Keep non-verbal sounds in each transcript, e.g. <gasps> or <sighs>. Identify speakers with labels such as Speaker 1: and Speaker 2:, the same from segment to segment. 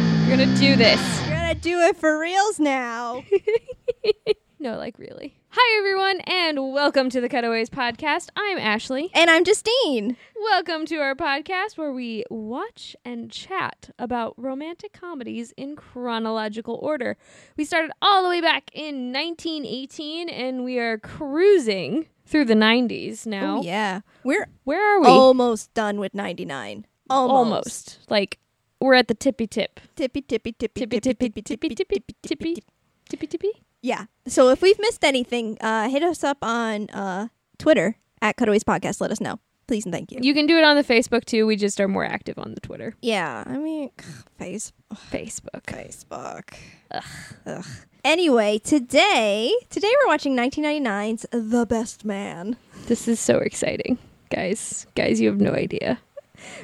Speaker 1: do this.
Speaker 2: We're gonna do it for reals <laughs> now.
Speaker 1: No, like really. Hi, everyone, and welcome to the Cutaways Podcast. I'm Ashley.
Speaker 2: and I'm Justine.
Speaker 1: Welcome to our podcast where we watch and chat about romantic comedies in chronological order. We started all the way back in 1918 and we are cruising through the 90s now.
Speaker 2: Oh, yeah. We're
Speaker 1: Where are we?
Speaker 2: almost done with 99. Almost.
Speaker 1: Almost. Like we're at the tippy tip.
Speaker 2: Tippy, tippy, tippy,
Speaker 1: Tippy tippy tippy tippy tippy tippy tippy.
Speaker 2: Yeah. So if we've missed anything, uh, hit us up on uh, Twitter at Cutaways Podcast. Let us know. Please and thank you.
Speaker 1: You can do it on the Facebook too. We just are more active on the Twitter.
Speaker 2: Yeah. I mean, face,
Speaker 1: Facebook.
Speaker 2: Facebook. Ugh. Anyway, today, today we're watching 1999's The Best Man.
Speaker 1: This is so exciting. Guys, guys, you have no idea.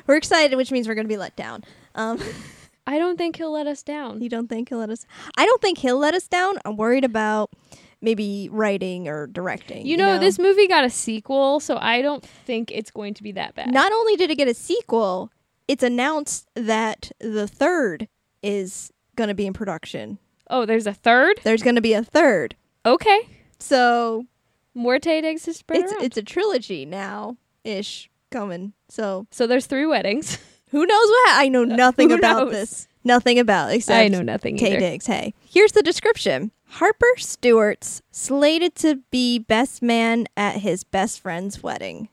Speaker 2: We're excited, which means we're going to be let down. Um,
Speaker 1: I don't think he'll let us down.
Speaker 2: You don't think he'll let us? I don't think he'll let us down. I'm worried about maybe writing or directing.
Speaker 1: You know, this movie got a sequel, so I don't think it's going to be that bad.
Speaker 2: Not only did it get a sequel, it's announced that the third is going to be in production.
Speaker 1: oh, there's a third?
Speaker 2: There's going to be a third,
Speaker 1: Okay.
Speaker 2: so
Speaker 1: Morte takes his spread
Speaker 2: it's it's a trilogy now ish coming. So
Speaker 1: So there's three
Speaker 2: <laughs>
Speaker 1: weddings. <laughs>
Speaker 2: who knows what? ha- I know nothing
Speaker 1: who
Speaker 2: about
Speaker 1: knows?
Speaker 2: this. Nothing about except
Speaker 1: I know nothing
Speaker 2: Tay
Speaker 1: either.
Speaker 2: Diggs. Hey, here's the description. Harper Stewart's slated to be best man at his best friend's wedding.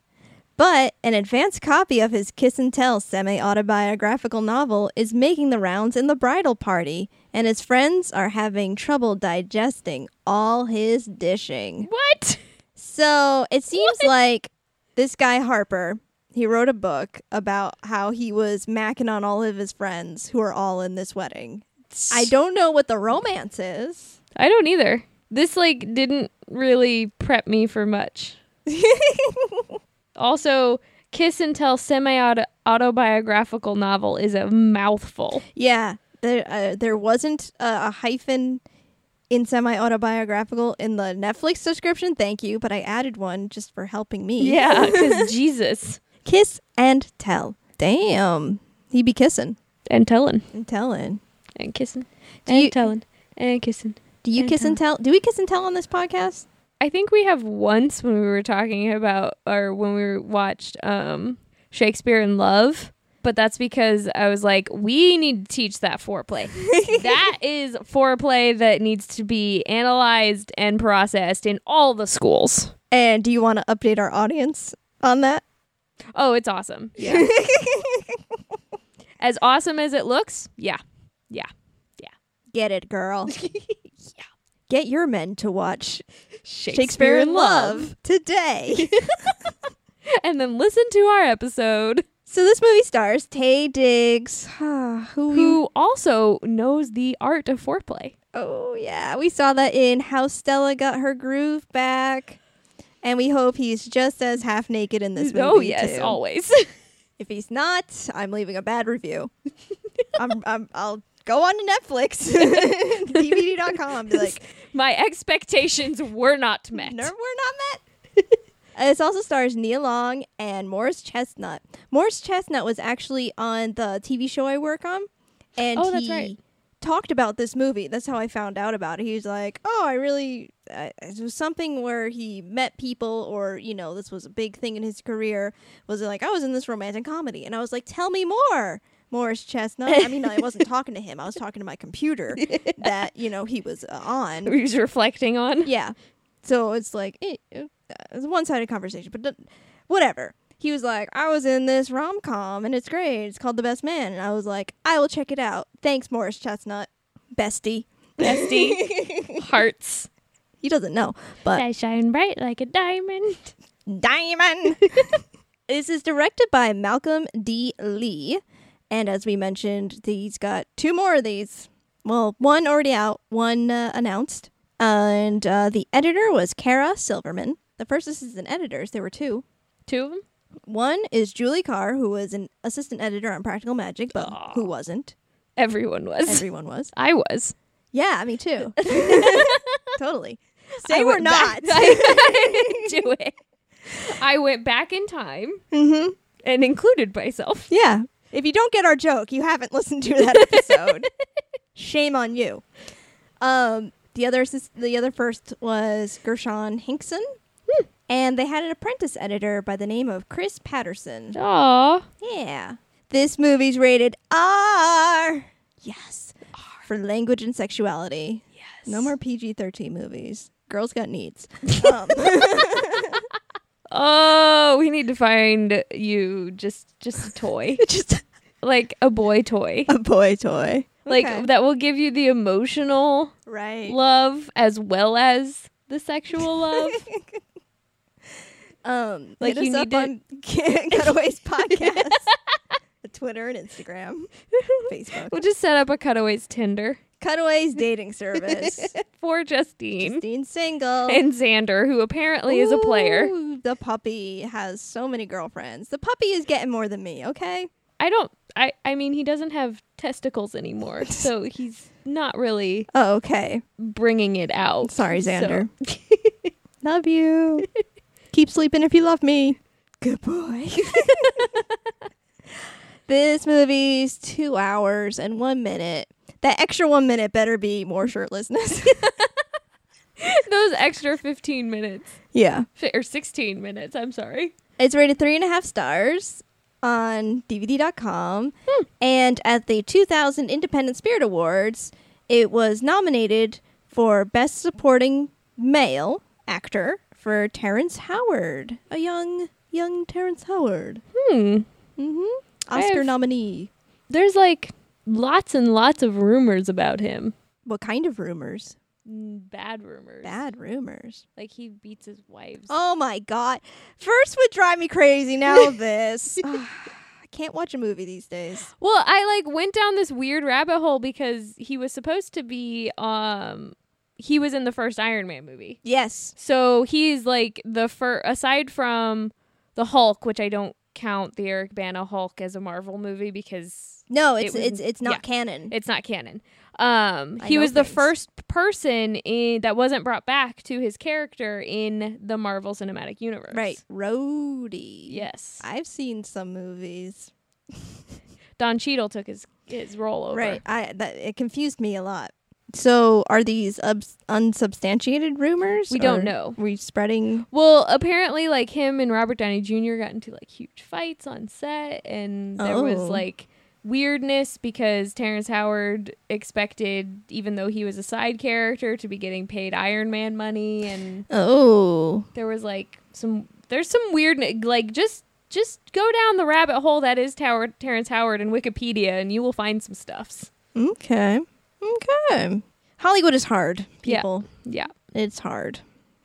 Speaker 2: But an advanced copy of his Kiss and Tell semi autobiographical novel is making the rounds in the bridal party, and his friends are having trouble digesting all his dishing.
Speaker 1: What?
Speaker 2: So it seems like this guy Harper, he wrote a book about how he was macking on all of his friends who are all in this wedding. I don't know what the romance is.
Speaker 1: <laughs> I don't either. This like didn't really prep me for
Speaker 2: <laughs>
Speaker 1: much. also, Kiss and Tell semi autobiographical novel is a mouthful.
Speaker 2: Yeah, there uh, there wasn't a, a hyphen in semi autobiographical in the Netflix description. Thank you, but I added one just for helping me.
Speaker 1: <laughs> Yeah,
Speaker 2: <laughs>
Speaker 1: because Jesus
Speaker 2: kiss and tell. Damn, he be kissing
Speaker 1: and telling
Speaker 2: and telling.
Speaker 1: and kissing
Speaker 2: Do
Speaker 1: and
Speaker 2: you-
Speaker 1: telling and kissing.
Speaker 2: Do you
Speaker 1: And
Speaker 2: kiss and tell? Do we kiss and tell on this podcast?
Speaker 1: I think we have once when we were talking about or when we were- watched um, Shakespeare in Love, but that's because I was like, we need to teach that <laughs> foreplay. that is foreplay that needs to be analyzed and processed in all the schools.
Speaker 2: And do you want to update our audience on that?
Speaker 1: Oh, it's awesome. <laughs> Yeah. as awesome as it looks, yeah. Yeah.
Speaker 2: Get it, <laughs> girl. Get your men to watch
Speaker 1: Shakespeare,
Speaker 2: Shakespeare in Love today.
Speaker 1: And then listen to our episode.
Speaker 2: so this movie stars Tay Diggs, <sighs> who, we-
Speaker 1: Who also knows the art of foreplay?
Speaker 2: oh yeah, we saw that in How Stella Got Her Groove Back, and we hope he's just as half naked in this movie.
Speaker 1: oh yes,
Speaker 2: too.
Speaker 1: always. <laughs>
Speaker 2: If he's not, I'm leaving a bad review. I'm, I'm, I'll go on to
Speaker 1: <laughs>
Speaker 2: Netflix, <laughs> DVD.com, be like,
Speaker 1: My expectations were not met.
Speaker 2: No, we're not met. Uh, this also stars Nia Long and Morris Chestnut. Morris Chestnut was actually on the TV show I work on, and
Speaker 1: Oh, that's
Speaker 2: he
Speaker 1: right.
Speaker 2: talked about this movie. That's how I found out about it. He was like, "Oh, I really uh, it was something where he met people, or you know, this was a big thing in his career. Was it like I was in this romantic comedy?" And I was like, "Tell me more." Morris Chestnut. I mean,
Speaker 1: <laughs>
Speaker 2: I wasn't talking to him. I was talking to my computer that you know he was uh,
Speaker 1: <laughs>
Speaker 2: on.
Speaker 1: He was reflecting
Speaker 2: <laughs>
Speaker 1: on.
Speaker 2: Yeah. So it's like eh, eh, it's a one-sided conversation, but th- whatever. He was like, "I was in this rom com and it's great. It's called The Best Man." And I was like, "I will check it out. Thanks, Morris Chestnut, bestie." <laughs>
Speaker 1: Bestie. Hearts.
Speaker 2: He doesn't know, but
Speaker 1: I shine bright like a diamond.
Speaker 2: diamond. this is directed by Malcolm D. Lee, and as we mentioned, he's got two more of these. Well, one already out, one uh, announced, and uh, the editor was Kara Silverman. The first assistant editors, there were two.
Speaker 1: Two of them.
Speaker 2: One is Julie Carr, who was an assistant editor on Practical Magic, but who wasn't.
Speaker 1: Everyone was.
Speaker 2: Everyone was.
Speaker 1: <laughs> I was.
Speaker 2: Yeah, me <laughs> too. totally.
Speaker 1: <laughs> I
Speaker 2: Say we're
Speaker 1: went back-
Speaker 2: not. <laughs>
Speaker 1: I didn't do it. I went back in time
Speaker 2: mm-hmm.
Speaker 1: and included myself.
Speaker 2: <laughs> <laughs> Yeah. If you don't get our joke, you haven't listened to that episode. Shame on you. Um, the other assist- the other first was Gershon Hinkson, Hmm. and they had an apprentice editor by the name of Chris Patterson.
Speaker 1: Aw.
Speaker 2: Yeah, this movie's rated R. Yes, for language and sexuality.
Speaker 1: Yes.
Speaker 2: No more PG thirteen movies. Girls
Speaker 1: <laughs>
Speaker 2: got needs. um, <laughs>
Speaker 1: Oh, we need to find you just just a
Speaker 2: <laughs>
Speaker 1: toy,
Speaker 2: just
Speaker 1: like a boy toy,
Speaker 2: a boy toy, Okay.
Speaker 1: like that will give you the emotional
Speaker 2: right?
Speaker 1: love as well as the
Speaker 2: <laughs>
Speaker 1: sexual love.
Speaker 2: Um,
Speaker 1: Like,
Speaker 2: like hit
Speaker 1: you
Speaker 2: us up
Speaker 1: need to-
Speaker 2: on <laughs>
Speaker 1: <laughs>
Speaker 2: Cutaways Podcast, Twitter and Instagram, Facebook.
Speaker 1: we'll just set up a cutaways Tinder
Speaker 2: Cutaways
Speaker 1: <laughs>
Speaker 2: dating service.
Speaker 1: for Justine
Speaker 2: Dean single.
Speaker 1: and Xander, who apparently is a player.
Speaker 2: Ooh, The puppy has so many girlfriends. The puppy is getting more than me. Okay,
Speaker 1: I don't. I. I mean, he doesn't have testicles
Speaker 2: <laughs>
Speaker 1: anymore, so he's not really
Speaker 2: oh, okay.
Speaker 1: bringing it out.
Speaker 2: Sorry,
Speaker 1: So-
Speaker 2: Xander. <laughs> Love you. Keep sleeping if you love me. Good boy. <laughs> this movie's two hours and one minute. That extra one minute better be more shirtlessness.
Speaker 1: <laughs> Those extra fifteen minutes
Speaker 2: <laughs> yeah.
Speaker 1: fi- or sixteen minutes. I'm sorry.
Speaker 2: It's rated three and a half stars on DVD.com.
Speaker 1: Hmm.
Speaker 2: And at the 2000 Independent Spirit Awards, it was nominated for Best Supporting Male Actor for Terrence Howard, a young, young Terrence Howard.
Speaker 1: Hmm.
Speaker 2: hmm
Speaker 1: I
Speaker 2: Oscar
Speaker 1: have-
Speaker 2: nominee.
Speaker 1: There's like lots and lots of rumors about him.
Speaker 2: What kind of rumors?
Speaker 1: Mm, Bad rumors.
Speaker 2: Bad rumors.
Speaker 1: Like he beats his wives.
Speaker 2: Oh my god. First would drive me crazy.
Speaker 1: <laughs>
Speaker 2: Now this. Ah, I can't watch a movie these days.
Speaker 1: Well, I like went down this weird rabbit hole because he was supposed to be um he was in the first Iron Man movie.
Speaker 2: Yes.
Speaker 1: So he's like the fir- aside from the Hulk, which I don't count the Eric Bana Hulk as a Marvel movie because
Speaker 2: No,
Speaker 1: It
Speaker 2: it's
Speaker 1: was-
Speaker 2: it's it's not
Speaker 1: yeah.
Speaker 2: canon.
Speaker 1: it's not canon. Um
Speaker 2: I
Speaker 1: he
Speaker 2: know
Speaker 1: was the
Speaker 2: things.
Speaker 1: first person in that wasn't brought back to his character in the Marvel Cinematic Universe.
Speaker 2: right. Roadie.
Speaker 1: Yes.
Speaker 2: I've seen some movies.
Speaker 1: Don Cheadle took his his role over.
Speaker 2: Right. I that it confused me a lot. So are these ubs- unsubstantiated rumors?
Speaker 1: We don't
Speaker 2: or
Speaker 1: know.
Speaker 2: Were you spreading?
Speaker 1: Well, apparently, like him and Robert Downey Jr. got into like huge fights on set, and there was
Speaker 2: Oh.
Speaker 1: like weirdness because Terrence Howard expected, even though he was a side character, to be getting paid Iron Man money, and
Speaker 2: Oh.
Speaker 1: there was like some there's some weird like just just go down the rabbit hole that is Tower Terrence Howard and Wikipedia, and you will find some stuffs.
Speaker 2: Okay. Okay. Hollywood is hard,
Speaker 1: Yeah.
Speaker 2: people.
Speaker 1: Yeah,
Speaker 2: It's hard.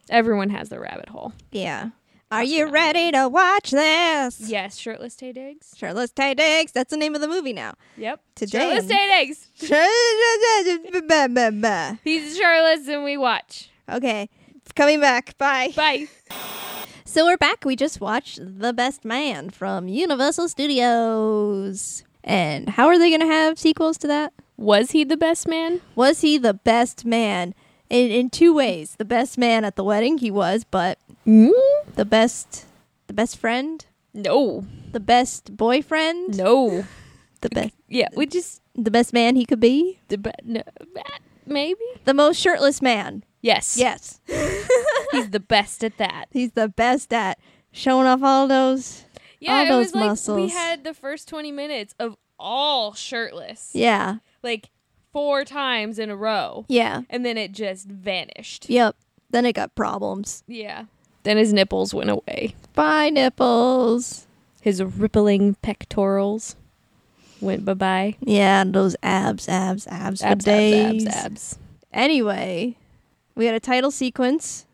Speaker 1: everyone has their rabbit hole.
Speaker 2: Yeah. Are
Speaker 1: Lots
Speaker 2: you
Speaker 1: of
Speaker 2: ready to watch this?
Speaker 1: Yes, shirtless Tay Diggs.
Speaker 2: Shirtless Tay Diggs. That's the name of the movie now.
Speaker 1: Yep,
Speaker 2: Today
Speaker 1: shirtless
Speaker 2: <laughs> I'm-
Speaker 1: Tay Diggs.
Speaker 2: okay.
Speaker 1: He's shirtless, and we watch.
Speaker 2: Coming back. Bye.
Speaker 1: Bye.
Speaker 2: So we're back. We just watched The Best Man from Universal Studios. And how are they going to have sequels to that?
Speaker 1: Was he the best man?
Speaker 2: Was he the best man? In, in two ways. The best man at the wedding, he was, but
Speaker 1: Mm-hmm.
Speaker 2: the best the best friend,
Speaker 1: No,
Speaker 2: the best boyfriend,
Speaker 1: no.
Speaker 2: the best
Speaker 1: Yeah, we just
Speaker 2: the best man he could be.
Speaker 1: the be- no, that- maybe.
Speaker 2: The most shirtless man.
Speaker 1: Yes.
Speaker 2: Yes.
Speaker 1: <laughs> he's the best at that.
Speaker 2: He's the best at showing off all those.
Speaker 1: Yeah,
Speaker 2: All
Speaker 1: it
Speaker 2: those
Speaker 1: was like we
Speaker 2: muscles.
Speaker 1: had the first twenty minutes of all shirtless,
Speaker 2: Yeah.
Speaker 1: like four times in a row,
Speaker 2: Yeah.
Speaker 1: and then it just vanished.
Speaker 2: Yep. Then it got problems.
Speaker 1: Yeah. Then his nipples went away.
Speaker 2: Bye, nipples.
Speaker 1: His rippling pectorals went bye bye.
Speaker 2: Yeah, and those abs, abs, abs, for
Speaker 1: Abs, abs,
Speaker 2: days.
Speaker 1: abs, abs.
Speaker 2: Anyway, we had a title sequence.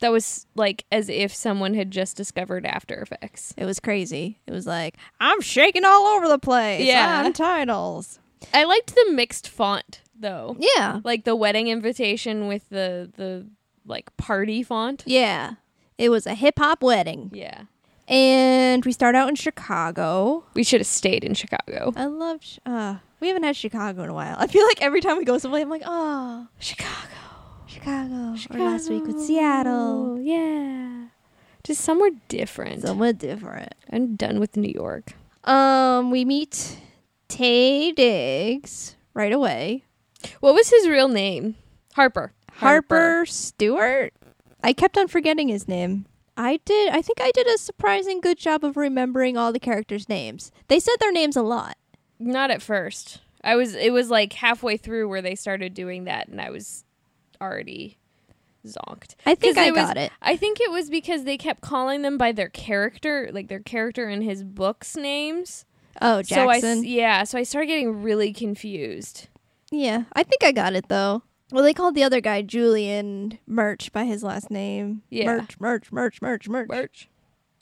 Speaker 1: That was like as if someone had just discovered After Effects.
Speaker 2: It was crazy. It was like, I'm shaking all over the place.
Speaker 1: Yeah.
Speaker 2: I'm titles.
Speaker 1: I liked the mixed font though.
Speaker 2: Yeah.
Speaker 1: Like the wedding invitation with the the like party font.
Speaker 2: Yeah. It was a hip hop wedding.
Speaker 1: Yeah.
Speaker 2: And we start out in Chicago.
Speaker 1: We should have stayed in Chicago.
Speaker 2: I love. Ch- Uh, we haven't had Chicago in a while. I feel like every time we go somewhere, I'm like, oh,
Speaker 1: Chicago.
Speaker 2: Chicago. Or last week with Seattle.
Speaker 1: Yeah. Just somewhere different.
Speaker 2: Somewhere different.
Speaker 1: I'm done with New York.
Speaker 2: Um, we meet Tay Diggs right away.
Speaker 1: What was his real name? Harper.
Speaker 2: Harper Stewart. I kept on forgetting his name. I did. I think I did a surprising good job of remembering all the characters' names. They said their names a lot.
Speaker 1: Not at first. I was. It was like halfway through where they started doing that, and I was already zonked.
Speaker 2: I think
Speaker 1: 'Cause
Speaker 2: I
Speaker 1: it was-
Speaker 2: got it.
Speaker 1: I think it was because they kept calling them by their character, like their character in his books' names.
Speaker 2: Oh,
Speaker 1: So I, s-
Speaker 2: Jackson.
Speaker 1: yeah. So I started getting really confused.
Speaker 2: yeah, I think I got it though. Well, they called the other guy Julian Merch by his last name.
Speaker 1: Yeah.
Speaker 2: Merch, Merch, Merch, Merch, Merch.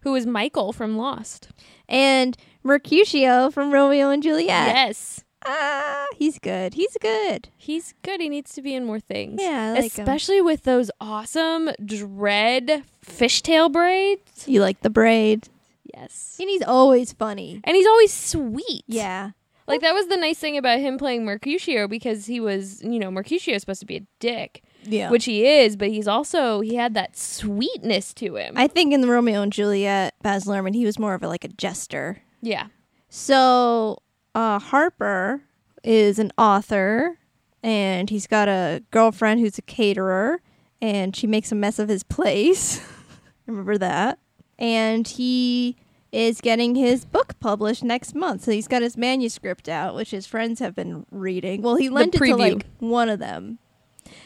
Speaker 1: who was Michael from Lost.
Speaker 2: And Mercutio from Romeo and Juliet.
Speaker 1: Yes.
Speaker 2: Ah, he's good. He's good.
Speaker 1: He's good. He needs to be in more things.
Speaker 2: Yeah, I like him.
Speaker 1: especially with those awesome dread fishtail braids.
Speaker 2: You like the braid.
Speaker 1: Yes.
Speaker 2: And he's always funny.
Speaker 1: And he's always sweet.
Speaker 2: Yeah.
Speaker 1: Like that was the nice thing about him playing Mercutio because he was, you know, Mercutio is supposed to be a dick,
Speaker 2: Yeah.
Speaker 1: which he is, but he's also he had that sweetness to him.
Speaker 2: I think in the Romeo and Juliet, Baz Luhrmann, he was more of a, like a jester.
Speaker 1: yeah.
Speaker 2: So uh, Harper is an author, and he's got a girlfriend who's a caterer, and she makes a mess of his place. <laughs> Remember that? And he is getting his book published next month, so he's got his manuscript out, which his friends have been reading. Well, he lent it to
Speaker 1: preview.
Speaker 2: like one of them,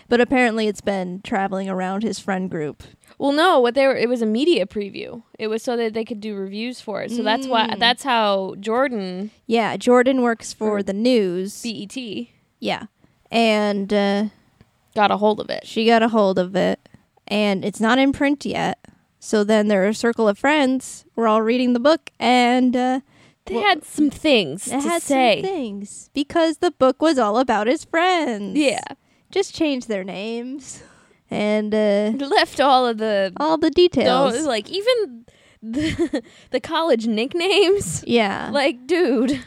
Speaker 2: but apparently it's been traveling around his friend group.
Speaker 1: Well, no, what they were it was a media preview. It was so that they could do reviews for it. So that's why that's how Jordan E
Speaker 2: Yeah, Jordan works for the news.
Speaker 1: BET
Speaker 2: Yeah. And uh,
Speaker 1: got a hold of it.
Speaker 2: she got a hold of it, and it's not in print yet. So then there are a circle of friends. We're all reading the book, and uh,
Speaker 1: They had some things to
Speaker 2: it had
Speaker 1: say.
Speaker 2: some things because the book was all about his friends.
Speaker 1: Yeah,
Speaker 2: Just change their names and uh,
Speaker 1: left all of the
Speaker 2: all the
Speaker 1: those,
Speaker 2: details.
Speaker 1: like even the <laughs> the college nicknames.
Speaker 2: yeah.
Speaker 1: Like, dude.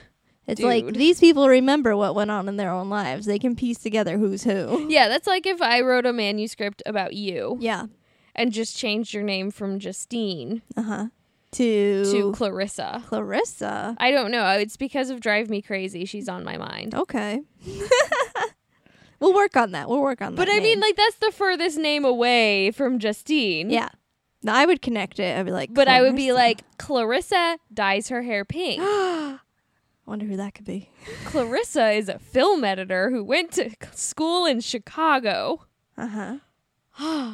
Speaker 2: it's like
Speaker 1: dude.
Speaker 2: these people remember what went on in their own lives. They can piece together who's
Speaker 1: <laughs>
Speaker 2: who.
Speaker 1: Yeah, that's like if I wrote a manuscript about you
Speaker 2: Yeah.
Speaker 1: and just changed your name from Justine
Speaker 2: Uh huh. To,
Speaker 1: to Clarissa.
Speaker 2: Clarissa.
Speaker 1: I don't know. It's because of Drive Me Crazy. She's on my mind.
Speaker 2: Okay. <laughs> we'll work on that. We'll work on that.
Speaker 1: But I
Speaker 2: name.
Speaker 1: mean, like, that's the furthest name away from Justine.
Speaker 2: Yeah. No, I would connect it. I'd be like,
Speaker 1: But I would be
Speaker 2: Clarissa.
Speaker 1: like, Clarissa dyes her hair pink.
Speaker 2: <gasps> wonder who that could be.
Speaker 1: Clarissa is a film editor who went to c- school in
Speaker 2: <gasps>
Speaker 1: Chicago.
Speaker 2: Uh huh.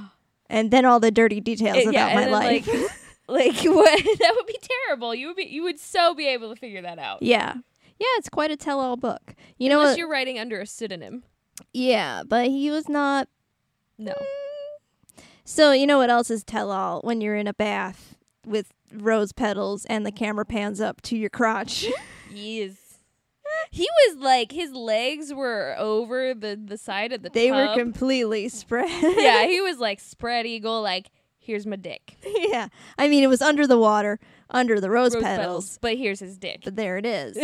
Speaker 2: and then all the dirty details
Speaker 1: Uh-huh. Uh,
Speaker 2: about
Speaker 1: yeah,
Speaker 2: my
Speaker 1: and then,
Speaker 2: life. <laughs>
Speaker 1: <laughs> Like what? that would be terrible. You would be, you would so be able to figure that out.
Speaker 2: yeah. Yeah, it's quite a tell-all book. You know
Speaker 1: Unless
Speaker 2: what?
Speaker 1: you're writing under a pseudonym.
Speaker 2: Yeah, but he was not.
Speaker 1: No.
Speaker 2: Mm. So you know what else is tell-all? When you're in a bath with rose petals and the camera pans up to
Speaker 1: <laughs>
Speaker 2: your crotch. <laughs>
Speaker 1: Yes. He was like his legs were over the the side of the
Speaker 2: they
Speaker 1: tub.
Speaker 2: were completely spread.
Speaker 1: yeah, he was like spread eagle like here's my dick.
Speaker 2: <laughs> yeah. I mean, it was under the water, under the rose,
Speaker 1: Rose
Speaker 2: petals.
Speaker 1: but here's his dick.
Speaker 2: But there
Speaker 1: <laughs>
Speaker 2: it is.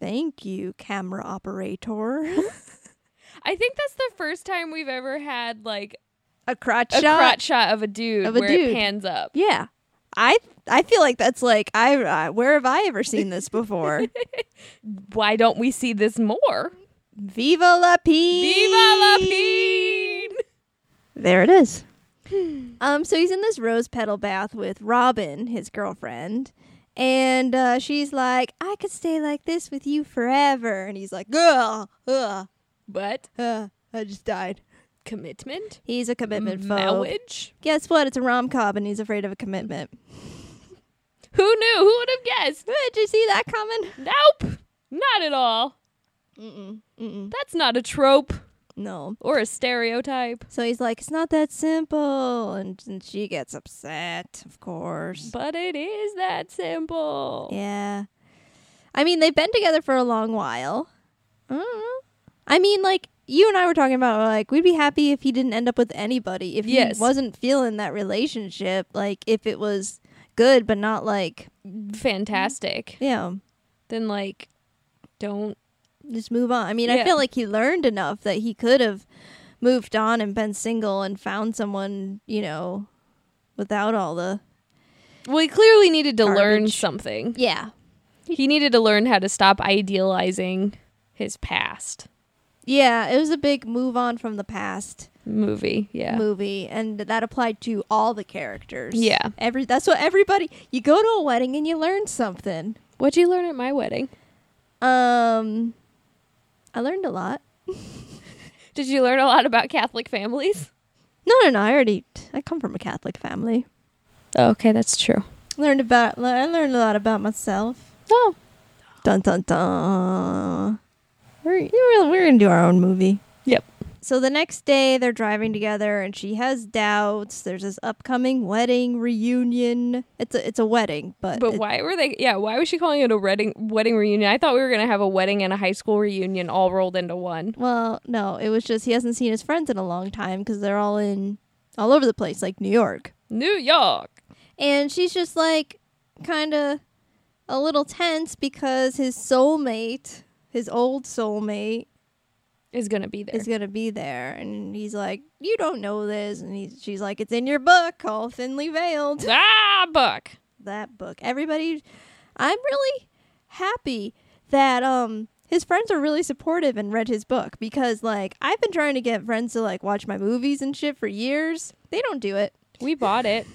Speaker 2: Thank you, camera
Speaker 1: <laughs>
Speaker 2: operator.
Speaker 1: I think that's the first time we've ever had like
Speaker 2: a crotch
Speaker 1: a
Speaker 2: shot.
Speaker 1: crotch shot of a dude
Speaker 2: Of a
Speaker 1: where
Speaker 2: dude.
Speaker 1: it pans up.
Speaker 2: Yeah, I I feel like that's like I uh, where have I ever seen
Speaker 1: <laughs>
Speaker 2: this before?
Speaker 1: Why don't we see this more?
Speaker 2: Viva la peen!
Speaker 1: Viva la peen!
Speaker 2: There it is.
Speaker 1: <sighs>
Speaker 2: um, so he's in this rose petal bath with Robin, his girlfriend, and uh, she's like, "I could stay like this with you forever," and he's like, "Ugh, ugh,
Speaker 1: But
Speaker 2: uh, I just died."
Speaker 1: commitment,
Speaker 2: He's a commitment
Speaker 1: Mm,
Speaker 2: phobe.
Speaker 1: marriage.
Speaker 2: Guess what? It's a rom com, and he's afraid of a commitment. <laughs>
Speaker 1: Who knew? Who would have guessed?
Speaker 2: Uh, Did you see that coming?
Speaker 1: Nope, not at all.
Speaker 2: Mm-mm, mm-mm.
Speaker 1: That's not a trope
Speaker 2: No.
Speaker 1: or a stereotype.
Speaker 2: So he's like, it's not that simple. And, and she gets upset, of course.
Speaker 1: But it is that simple.
Speaker 2: Yeah. I mean, they've been together for a long while. I don't know. I mean, like, you and I were talking about, like, we'd be happy if he didn't end up with anybody. If he
Speaker 1: Yes.
Speaker 2: wasn't feeling that relationship, like, if it was good, but not like,
Speaker 1: Fantastic.
Speaker 2: you know,
Speaker 1: Then like, don't.
Speaker 2: just move on. I mean, I
Speaker 1: Yeah.
Speaker 2: feel like he learned enough that he could have moved on and been single and found someone, you know, without all the.
Speaker 1: Well, he clearly needed to learn
Speaker 2: Garbage.
Speaker 1: something.
Speaker 2: Yeah.
Speaker 1: He needed to learn how to stop idealizing his past
Speaker 2: Yeah, it was a big move on from the past
Speaker 1: movie. Yeah.
Speaker 2: movie, and that applied to all the characters.
Speaker 1: Yeah.
Speaker 2: every that's what everybody. You go to a wedding and you learn something.
Speaker 1: What'd you learn at my wedding?
Speaker 2: Um, I learned a lot.
Speaker 1: Did you learn a lot about Catholic families?
Speaker 2: No, no, no. I already. I come from a Catholic family.
Speaker 1: Okay, that's true.
Speaker 2: Learned about. I learned a lot about myself.
Speaker 1: Oh,
Speaker 2: Dun dun dun. We're we're, we're gonna do our own movie.
Speaker 1: yep.
Speaker 2: So the next day, they're driving together, and she has doubts. There's this upcoming wedding reunion. It's a it's a wedding, but
Speaker 1: But
Speaker 2: Uh, it-
Speaker 1: why were they? Yeah, why was she calling it a wedding wedding reunion? I thought we were gonna have a wedding and a high school reunion all rolled into one.
Speaker 2: well, no, it was just he hasn't seen his friends in a long time because they're all in all over the place, like New York.
Speaker 1: New York.
Speaker 2: And she's just like kind of a little tense because his soulmate, his old soulmate,
Speaker 1: is gonna be there.
Speaker 2: is gonna be there, and he's like, "You don't know this," and he's she's like, "It's in your book, all thinly veiled."
Speaker 1: <laughs> ah, book.
Speaker 2: that book. Everybody, I'm really happy that um his friends are really supportive and read his book because like I've been trying to get friends to like watch my movies and shit for years. They don't do it.
Speaker 1: We bought it.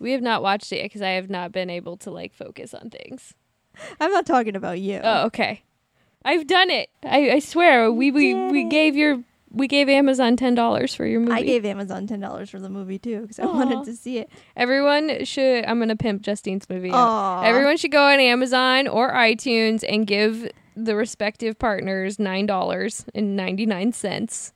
Speaker 1: We have not watched it because I have not been able to like focus on things.
Speaker 2: I'm not talking about you.
Speaker 1: Oh, okay. I've done it. I, I swear. We we,
Speaker 2: did
Speaker 1: we
Speaker 2: it.
Speaker 1: gave your we gave Amazon ten dollars for your movie.
Speaker 2: I gave Amazon ten dollars for the movie too because I
Speaker 1: Aw.
Speaker 2: wanted to see it.
Speaker 1: Everyone should. I'm gonna pimp Justine's movie. out.
Speaker 2: Aw.
Speaker 1: Everyone should go on Amazon or iTunes and give the respective partners nine dollars and ninety nine cents,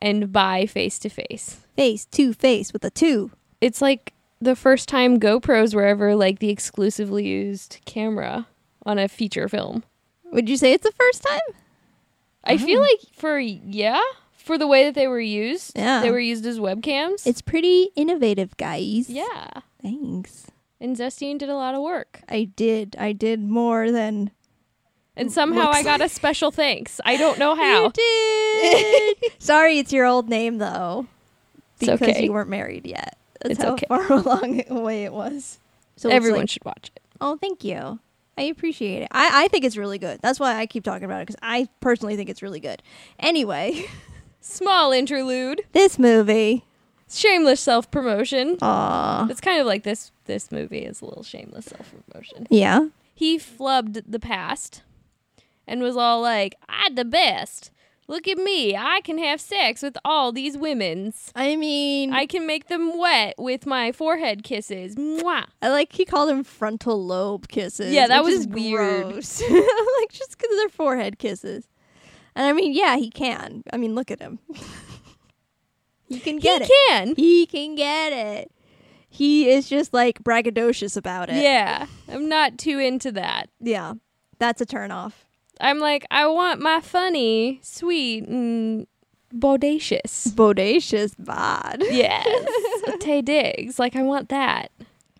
Speaker 1: and buy Face to Face.
Speaker 2: face to face with a two.
Speaker 1: it's like the first time GoPros were ever like the exclusively used camera on a feature film.
Speaker 2: Would you say it's the first time?
Speaker 1: I
Speaker 2: Mm-hmm.
Speaker 1: feel like for yeah, for the way that they were used,
Speaker 2: Yeah.
Speaker 1: they were used as webcams.
Speaker 2: It's pretty innovative, guys.
Speaker 1: yeah,
Speaker 2: Thanks.
Speaker 1: and Zestine did a lot of work,
Speaker 2: I did. I did more than
Speaker 1: and somehow I
Speaker 2: Looks
Speaker 1: got a special thanks. I don't
Speaker 2: <laughs>
Speaker 1: know how.
Speaker 2: You
Speaker 1: <laughs>
Speaker 2: did. Sorry, it's your old name though,
Speaker 1: It's
Speaker 2: because
Speaker 1: okay.
Speaker 2: you weren't married yet. That's
Speaker 1: It's
Speaker 2: how
Speaker 1: okay.
Speaker 2: far <laughs> along away it was. So it's
Speaker 1: Everyone
Speaker 2: like,
Speaker 1: should watch it.
Speaker 2: oh, thank you. I appreciate it. I, I think it's really good. That's why I keep talking about it because I personally think it's really good. Anyway, <laughs>
Speaker 1: Small interlude,
Speaker 2: this movie.
Speaker 1: shameless self promotion.
Speaker 2: Aw.
Speaker 1: It's kind of like this. This movie is a little shameless self promotion.
Speaker 2: Yeah.
Speaker 1: he flubbed the past and was all like, I the best. Look at me. I can have sex with all these women's.
Speaker 2: I mean,
Speaker 1: I can make them wet with my forehead kisses. Mwah.
Speaker 2: I like he called them frontal lobe kisses.
Speaker 1: Yeah, that
Speaker 2: which
Speaker 1: was
Speaker 2: is
Speaker 1: weird.
Speaker 2: gross. <laughs> like just because they're forehead kisses. And I mean, yeah, he can. I mean, look at him. <laughs> he can get
Speaker 1: he
Speaker 2: it.
Speaker 1: can.
Speaker 2: He can get it. He is just like braggadocious about it.
Speaker 1: Yeah. I'm not too into that.
Speaker 2: Yeah. That's a turn off.
Speaker 1: I'm like, I want my funny, sweet, and
Speaker 2: <laughs>
Speaker 1: bodacious.
Speaker 2: Bodacious bod.
Speaker 1: Yes. Tay Diggs. Like, I want that.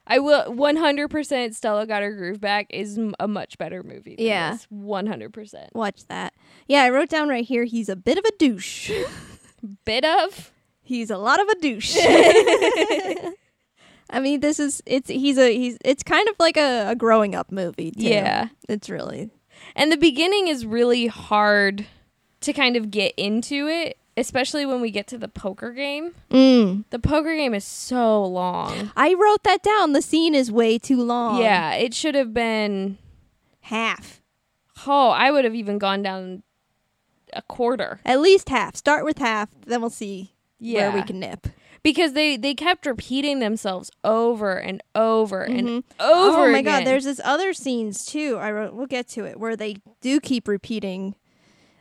Speaker 1: I will 100% Stella Got Her Groove Back is m- a much better movie. Than
Speaker 2: Yeah.
Speaker 1: This, 100%.
Speaker 2: Watch that. Yeah, I wrote down right here he's a bit of a douche. <laughs>
Speaker 1: Bit of.
Speaker 2: he's a lot of a <laughs> douche. I mean, this is it's he's a he's it's kind of like a, a growing up movie. Too.
Speaker 1: Yeah.
Speaker 2: It's really
Speaker 1: And the beginning is really hard to kind of get into it, especially when we get to the poker game.
Speaker 2: mm.
Speaker 1: The poker game is so long.
Speaker 2: I wrote that down. The scene is way too long.
Speaker 1: yeah, it should have been
Speaker 2: Half.
Speaker 1: oh, I would have even gone down a quarter.
Speaker 2: At least half. Start with half, then we'll see
Speaker 1: Yeah.
Speaker 2: where we can nip.
Speaker 1: because they they kept repeating themselves over and over and
Speaker 2: Mhm.
Speaker 1: over
Speaker 2: oh my
Speaker 1: again.
Speaker 2: god, there's this other scenes too. I wrote we'll get to it where they do keep repeating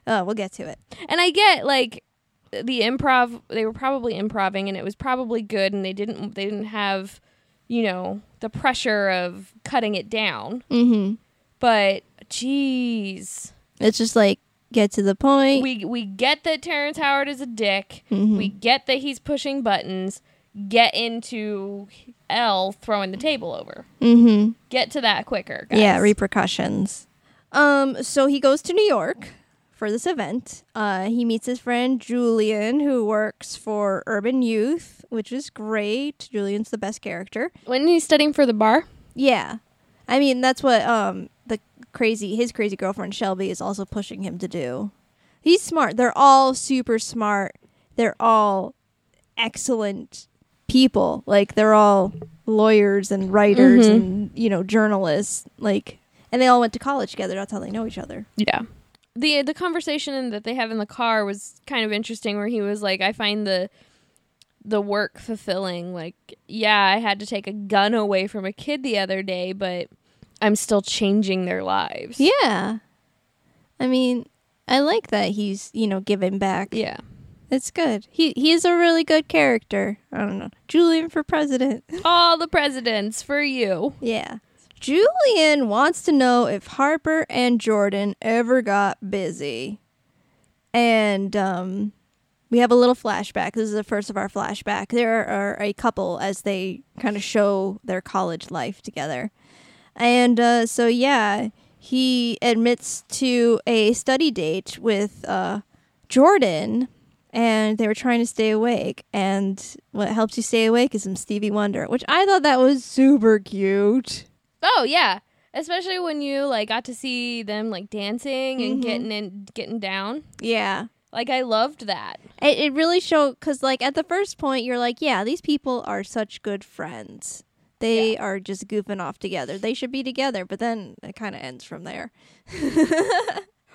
Speaker 2: uh we'll get to it.
Speaker 1: And I get like the improv they were probably improving and it was probably good and they didn't they didn't have, you know, the pressure of cutting it down.
Speaker 2: Mhm.
Speaker 1: But jeez.
Speaker 2: It's just like get to the point.
Speaker 1: We we get that Terrence Howard is a dick.
Speaker 2: Mhm.
Speaker 1: We get that he's pushing buttons. Get into L throwing the table over.
Speaker 2: mhm.
Speaker 1: Get to that quicker, guys.
Speaker 2: Yeah, repercussions. Um, so he goes to New York for this event. Uh, he meets his friend Julian, who works for Urban Youth, which is great. Julian's the best character.
Speaker 1: when he's studying for the bar,
Speaker 2: Yeah. I mean, that's what um the crazy his crazy girlfriend Shelby is also pushing him to do. He's smart. They're all super smart. They're all excellent people. Like they're all lawyers and writers
Speaker 1: Mhm.
Speaker 2: and you know journalists. Like and they all went to college together. That's how they know each other.
Speaker 1: Yeah. The the conversation that they have in the car was kind of interesting where he was like I find the the work fulfilling like yeah, I had to take a gun away from a kid the other day, but I'm still changing their lives.
Speaker 2: Yeah. I mean, I like that he's you know giving back.
Speaker 1: Yeah.
Speaker 2: It's good. He he is a really good character. I don't know. Julian for president.
Speaker 1: All the presidents for you.
Speaker 2: Yeah. Julian wants to know if Harper and Jordan ever got busy. And um we have a little flashback. This is the first of our flashback. There are a couple as they kind of show their college life together. And uh, so, yeah, he admits to a study date with uh, Jordan, and they were trying to stay awake. And what helps you stay awake is some Stevie Wonder, which I thought that was super cute.
Speaker 1: Oh, yeah. Especially when you like got to see them like dancing and
Speaker 2: Mhm.
Speaker 1: getting in, getting down.
Speaker 2: Yeah.
Speaker 1: Like I loved that.
Speaker 2: It, it really showed because, like, at the first point, you're like, yeah, these people are such good friends. They are just goofing off together. They should be together, but then it kind of ends from there.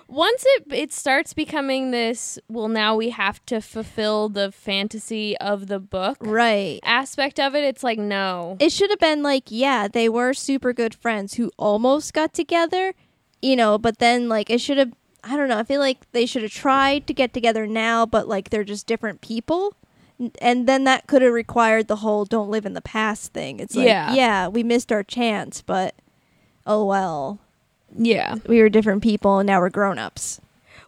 Speaker 1: once it it starts becoming this well now we have to fulfill the fantasy of the book
Speaker 2: Right.
Speaker 1: aspect of it it's like no
Speaker 2: It should have been like, yeah, they were super good friends who almost got together, you know, but then, like, it should have, I don't know, I feel like they should have tried to get together now, but, like, they're just different people. N- And then that could have required the whole don't live in the past thing. It's like,
Speaker 1: Yeah.
Speaker 2: yeah, we missed our chance, but oh well.
Speaker 1: yeah
Speaker 2: we were different people and now we're grown-ups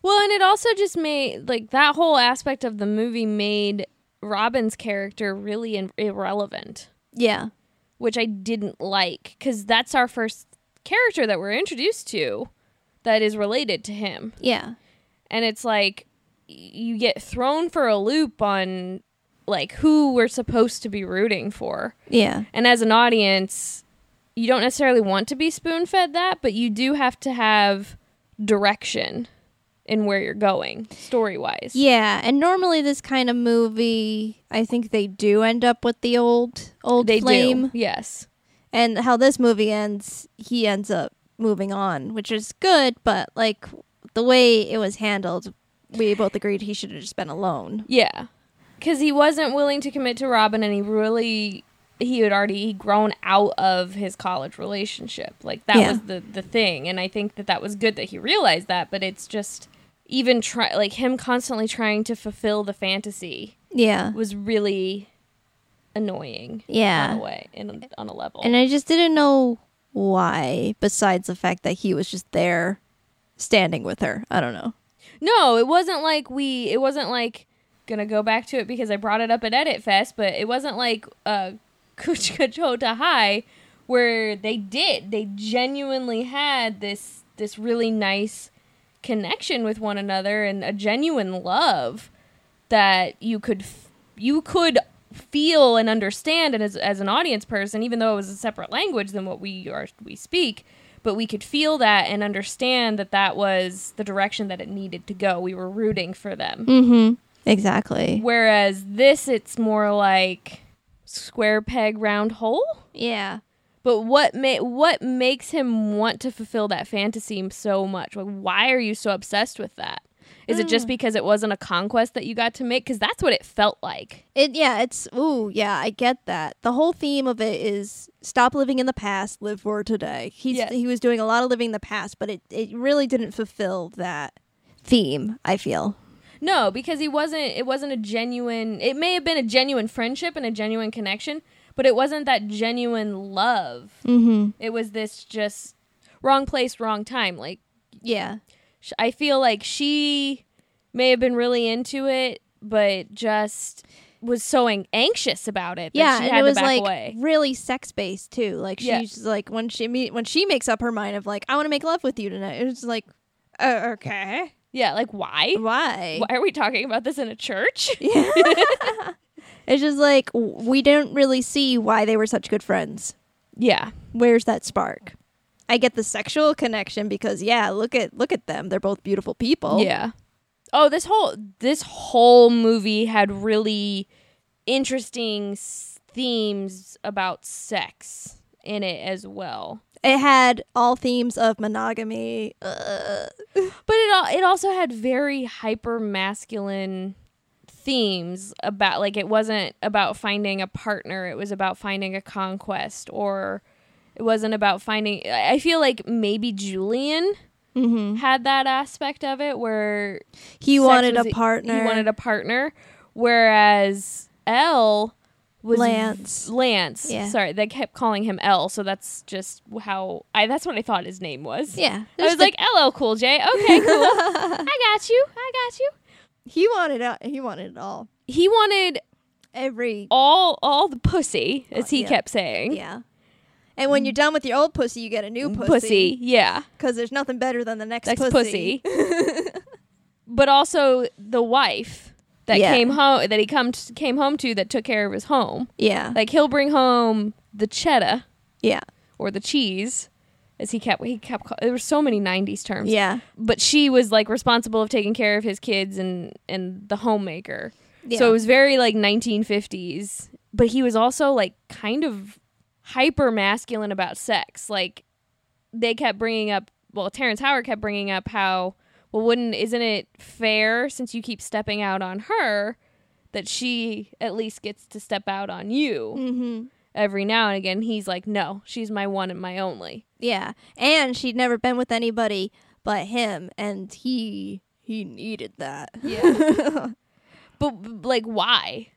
Speaker 1: well and it also just made like that whole aspect of the movie made robin's character really in- irrelevant
Speaker 2: yeah
Speaker 1: which i didn't like because that's our first character that we're introduced to that is related to him
Speaker 2: yeah
Speaker 1: and it's like y- you get thrown for a loop on like who we're supposed to be rooting for
Speaker 2: yeah
Speaker 1: And as an audience, you don't necessarily want to be spoon fed that, but you do have to have direction in where you're going, story wise.
Speaker 2: yeah and normally this kind of movie i think they do end up with the old old
Speaker 1: they
Speaker 2: flame
Speaker 1: do. Yes.
Speaker 2: and how this movie ends he ends up moving on which is good but like the way it was handled we both agreed he should have just been alone
Speaker 1: Yeah. Because he wasn't willing to commit to Robin, and he really he had already grown out of his college relationship. Like that
Speaker 2: Yeah.
Speaker 1: was the the thing, and I think that that was good that he realized that. But it's just even try like him constantly trying to fulfill the fantasy
Speaker 2: yeah
Speaker 1: was really annoying. on a
Speaker 2: yeah
Speaker 1: way in, on a level.
Speaker 2: and i just didn't know why besides the fact that he was just there standing with her i don't know
Speaker 1: no, it wasn't like we. It wasn't like gonna go back to it because I brought it up at Edit Fest, but it wasn't like uh, <laughs> Kuch Kachota High where they did. They genuinely had this this really nice connection with one another and a genuine love that you could f- you could feel and understand and as, as an audience person even though it was a separate language than what we are we speak but we could feel that and understand that that was the direction that it needed to go we were rooting for them
Speaker 2: mm-hmm exactly
Speaker 1: whereas this it's more like square peg round hole
Speaker 2: Yeah.
Speaker 1: but what ma- what makes him want to fulfill that fantasy so much? Like, why are you so obsessed with that? Is it just because it wasn't a conquest that you got to make? Because that's what it felt like.
Speaker 2: It yeah, it's ooh, yeah, I get that. The whole theme of it is stop living in the past, live for today. He's
Speaker 1: Yeah.
Speaker 2: he was doing a lot of living in the past, but it, it really didn't fulfill that theme, I feel.
Speaker 1: No, because he wasn't. It wasn't a genuine. It may have been a genuine friendship and a genuine connection, but it wasn't that genuine love.
Speaker 2: Mm-hmm.
Speaker 1: It was this just wrong place, wrong time. Like
Speaker 2: Yeah.
Speaker 1: sh- I feel like she may have been really into it, but just was so an- anxious about it. That
Speaker 2: Yeah,
Speaker 1: she
Speaker 2: and
Speaker 1: had
Speaker 2: it was
Speaker 1: to back
Speaker 2: like
Speaker 1: away.
Speaker 2: really sex based too. Like she's
Speaker 1: Yeah.
Speaker 2: like when she me- when she makes up her mind of like I want to make love with you tonight. It's like uh, okay,
Speaker 1: Yeah, like why?
Speaker 2: why?
Speaker 1: Why are we talking about this in a
Speaker 2: <laughs>
Speaker 1: church?
Speaker 2: Yeah. it's just like w- we didn't really see why they were such good friends.
Speaker 1: Yeah,
Speaker 2: Where's that spark? I get the sexual connection because yeah, look at look at them. They're both beautiful people.
Speaker 1: Yeah. Oh, this whole this whole movie had really interesting s- themes about sex in it as well.
Speaker 2: It had all themes of monogamy. Ugh.
Speaker 1: But it al- it also had very hyper masculine themes about like it wasn't about finding a partner, it was about finding a conquest or it wasn't about finding I I feel like maybe Julian had that aspect of it where
Speaker 2: He
Speaker 1: sex
Speaker 2: wanted
Speaker 1: was- e-,
Speaker 2: a partner.
Speaker 1: He wanted a partner. Whereas L was
Speaker 2: Lance.
Speaker 1: Lance.
Speaker 2: Yeah.
Speaker 1: Sorry, they kept calling him L, so that's just how I. That's what I thought his name was.
Speaker 2: yeah.
Speaker 1: I was like LL Cool J. Okay,
Speaker 2: <laughs>
Speaker 1: cool. I got you. I got you.
Speaker 2: he wanted a- he wanted it all.
Speaker 1: He wanted
Speaker 2: Every
Speaker 1: all all the pussy, as he
Speaker 2: yeah.
Speaker 1: kept saying.
Speaker 2: yeah. And when you're done with your old pussy, you get a new
Speaker 1: Mm. Pussy.
Speaker 2: pussy.
Speaker 1: yeah.
Speaker 2: Because there's nothing better than the next
Speaker 1: That's
Speaker 2: pussy.
Speaker 1: pussy.
Speaker 2: <laughs>
Speaker 1: but also the wife that
Speaker 2: Yeah.
Speaker 1: came home that he come came home to that took care of his home.
Speaker 2: Yeah.
Speaker 1: Like he'll bring home the cheddar
Speaker 2: yeah.
Speaker 1: or the cheese, as he kept he kept. Call, there were so many '90s terms.
Speaker 2: Yeah.
Speaker 1: But she was like responsible of taking care of his kids and and the homemaker.
Speaker 2: Yeah.
Speaker 1: So it was very like 1950s. But he was also like kind of hyper masculine about sex. Like they kept bringing up. Well, Terrence Howard kept bringing up how. Well, wouldn't isn't it fair since you keep stepping out on her that she at least gets to step out on you?
Speaker 2: Mm-hmm.
Speaker 1: every now and again he's like no she's my one and my only
Speaker 2: Yeah. And she'd never been with anybody but him and he he needed that. Yeah.
Speaker 1: but b- like why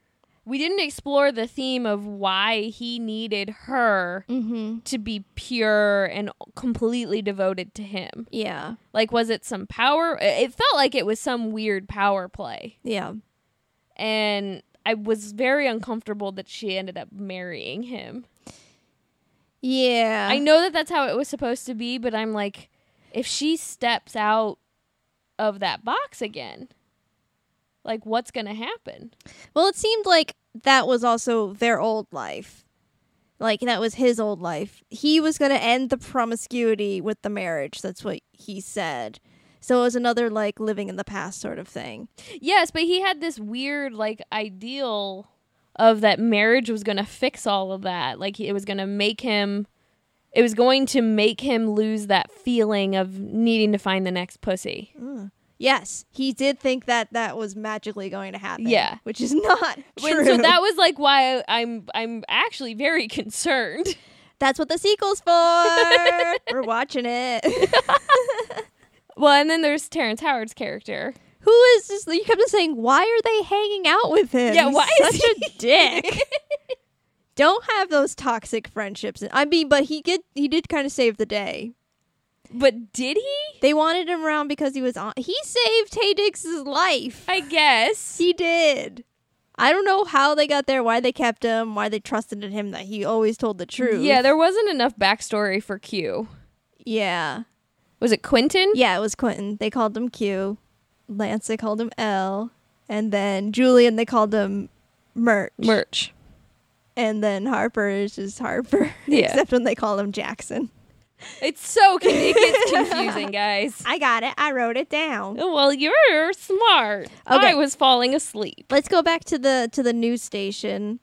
Speaker 1: we didn't explore the theme of why he needed her
Speaker 2: <laughs> mm-hmm.
Speaker 1: to be pure and completely devoted to him
Speaker 2: Yeah.
Speaker 1: like was it some power it it felt like it was some weird power play
Speaker 2: Yeah.
Speaker 1: and i was very uncomfortable that she ended up marrying him
Speaker 2: Yeah.
Speaker 1: I know that that's how it was supposed to be, but I'm like, if she steps out of that box again, like what's gonna happen?
Speaker 2: Well, it seemed like that was also their old life. Like that was his old life. He was going to end the promiscuity with the marriage. That's what he said. So it was another like living in the past sort of thing.
Speaker 1: Yes, but he had this weird like ideal of that marriage was gonna fix all of that. Like it was gonna make him it was going to make him lose that feeling of needing to find the next pussy.
Speaker 2: Yes, he did think that that was magically going to happen.
Speaker 1: Yeah.
Speaker 2: which is <laughs> not
Speaker 1: When-
Speaker 2: true.
Speaker 1: so that was like why I'm I'm actually very <laughs> concerned.
Speaker 2: That's what the sequel's
Speaker 1: <laughs>
Speaker 2: for. We're watching it.
Speaker 1: Well, and then there's Terrence Howard's character.
Speaker 2: Who is this? You kept on saying, "Why are they hanging out with him?"
Speaker 1: Yeah,
Speaker 2: He's
Speaker 1: why
Speaker 2: such
Speaker 1: is <laughs>
Speaker 2: a dick? Don't have those toxic friendships. I mean, but he did. He did kind of save the day.
Speaker 1: But did he?
Speaker 2: They wanted him around because he was on. He saved Tay Diggs's life.
Speaker 1: I guess.
Speaker 2: He did. I don't know how they got there, why they kept him, why they trusted in him that he always told the truth.
Speaker 1: Yeah, there wasn't enough backstory for Q.
Speaker 2: yeah.
Speaker 1: Was it Quentin?
Speaker 2: Yeah, it was Quentin. They called him Q. Lance, they called him L. And then Julian, they called him Mert.
Speaker 1: Merch.
Speaker 2: And then Harper is just Harper. <laughs>
Speaker 1: Yeah.
Speaker 2: Except when they call him Jackson.
Speaker 1: It's so con- it gets
Speaker 2: <laughs>
Speaker 1: confusing, guys.
Speaker 2: I got it. I wrote it down.
Speaker 1: Well, you're smart.
Speaker 2: Okay.
Speaker 1: I was falling asleep.
Speaker 2: Let's go back to the to the news station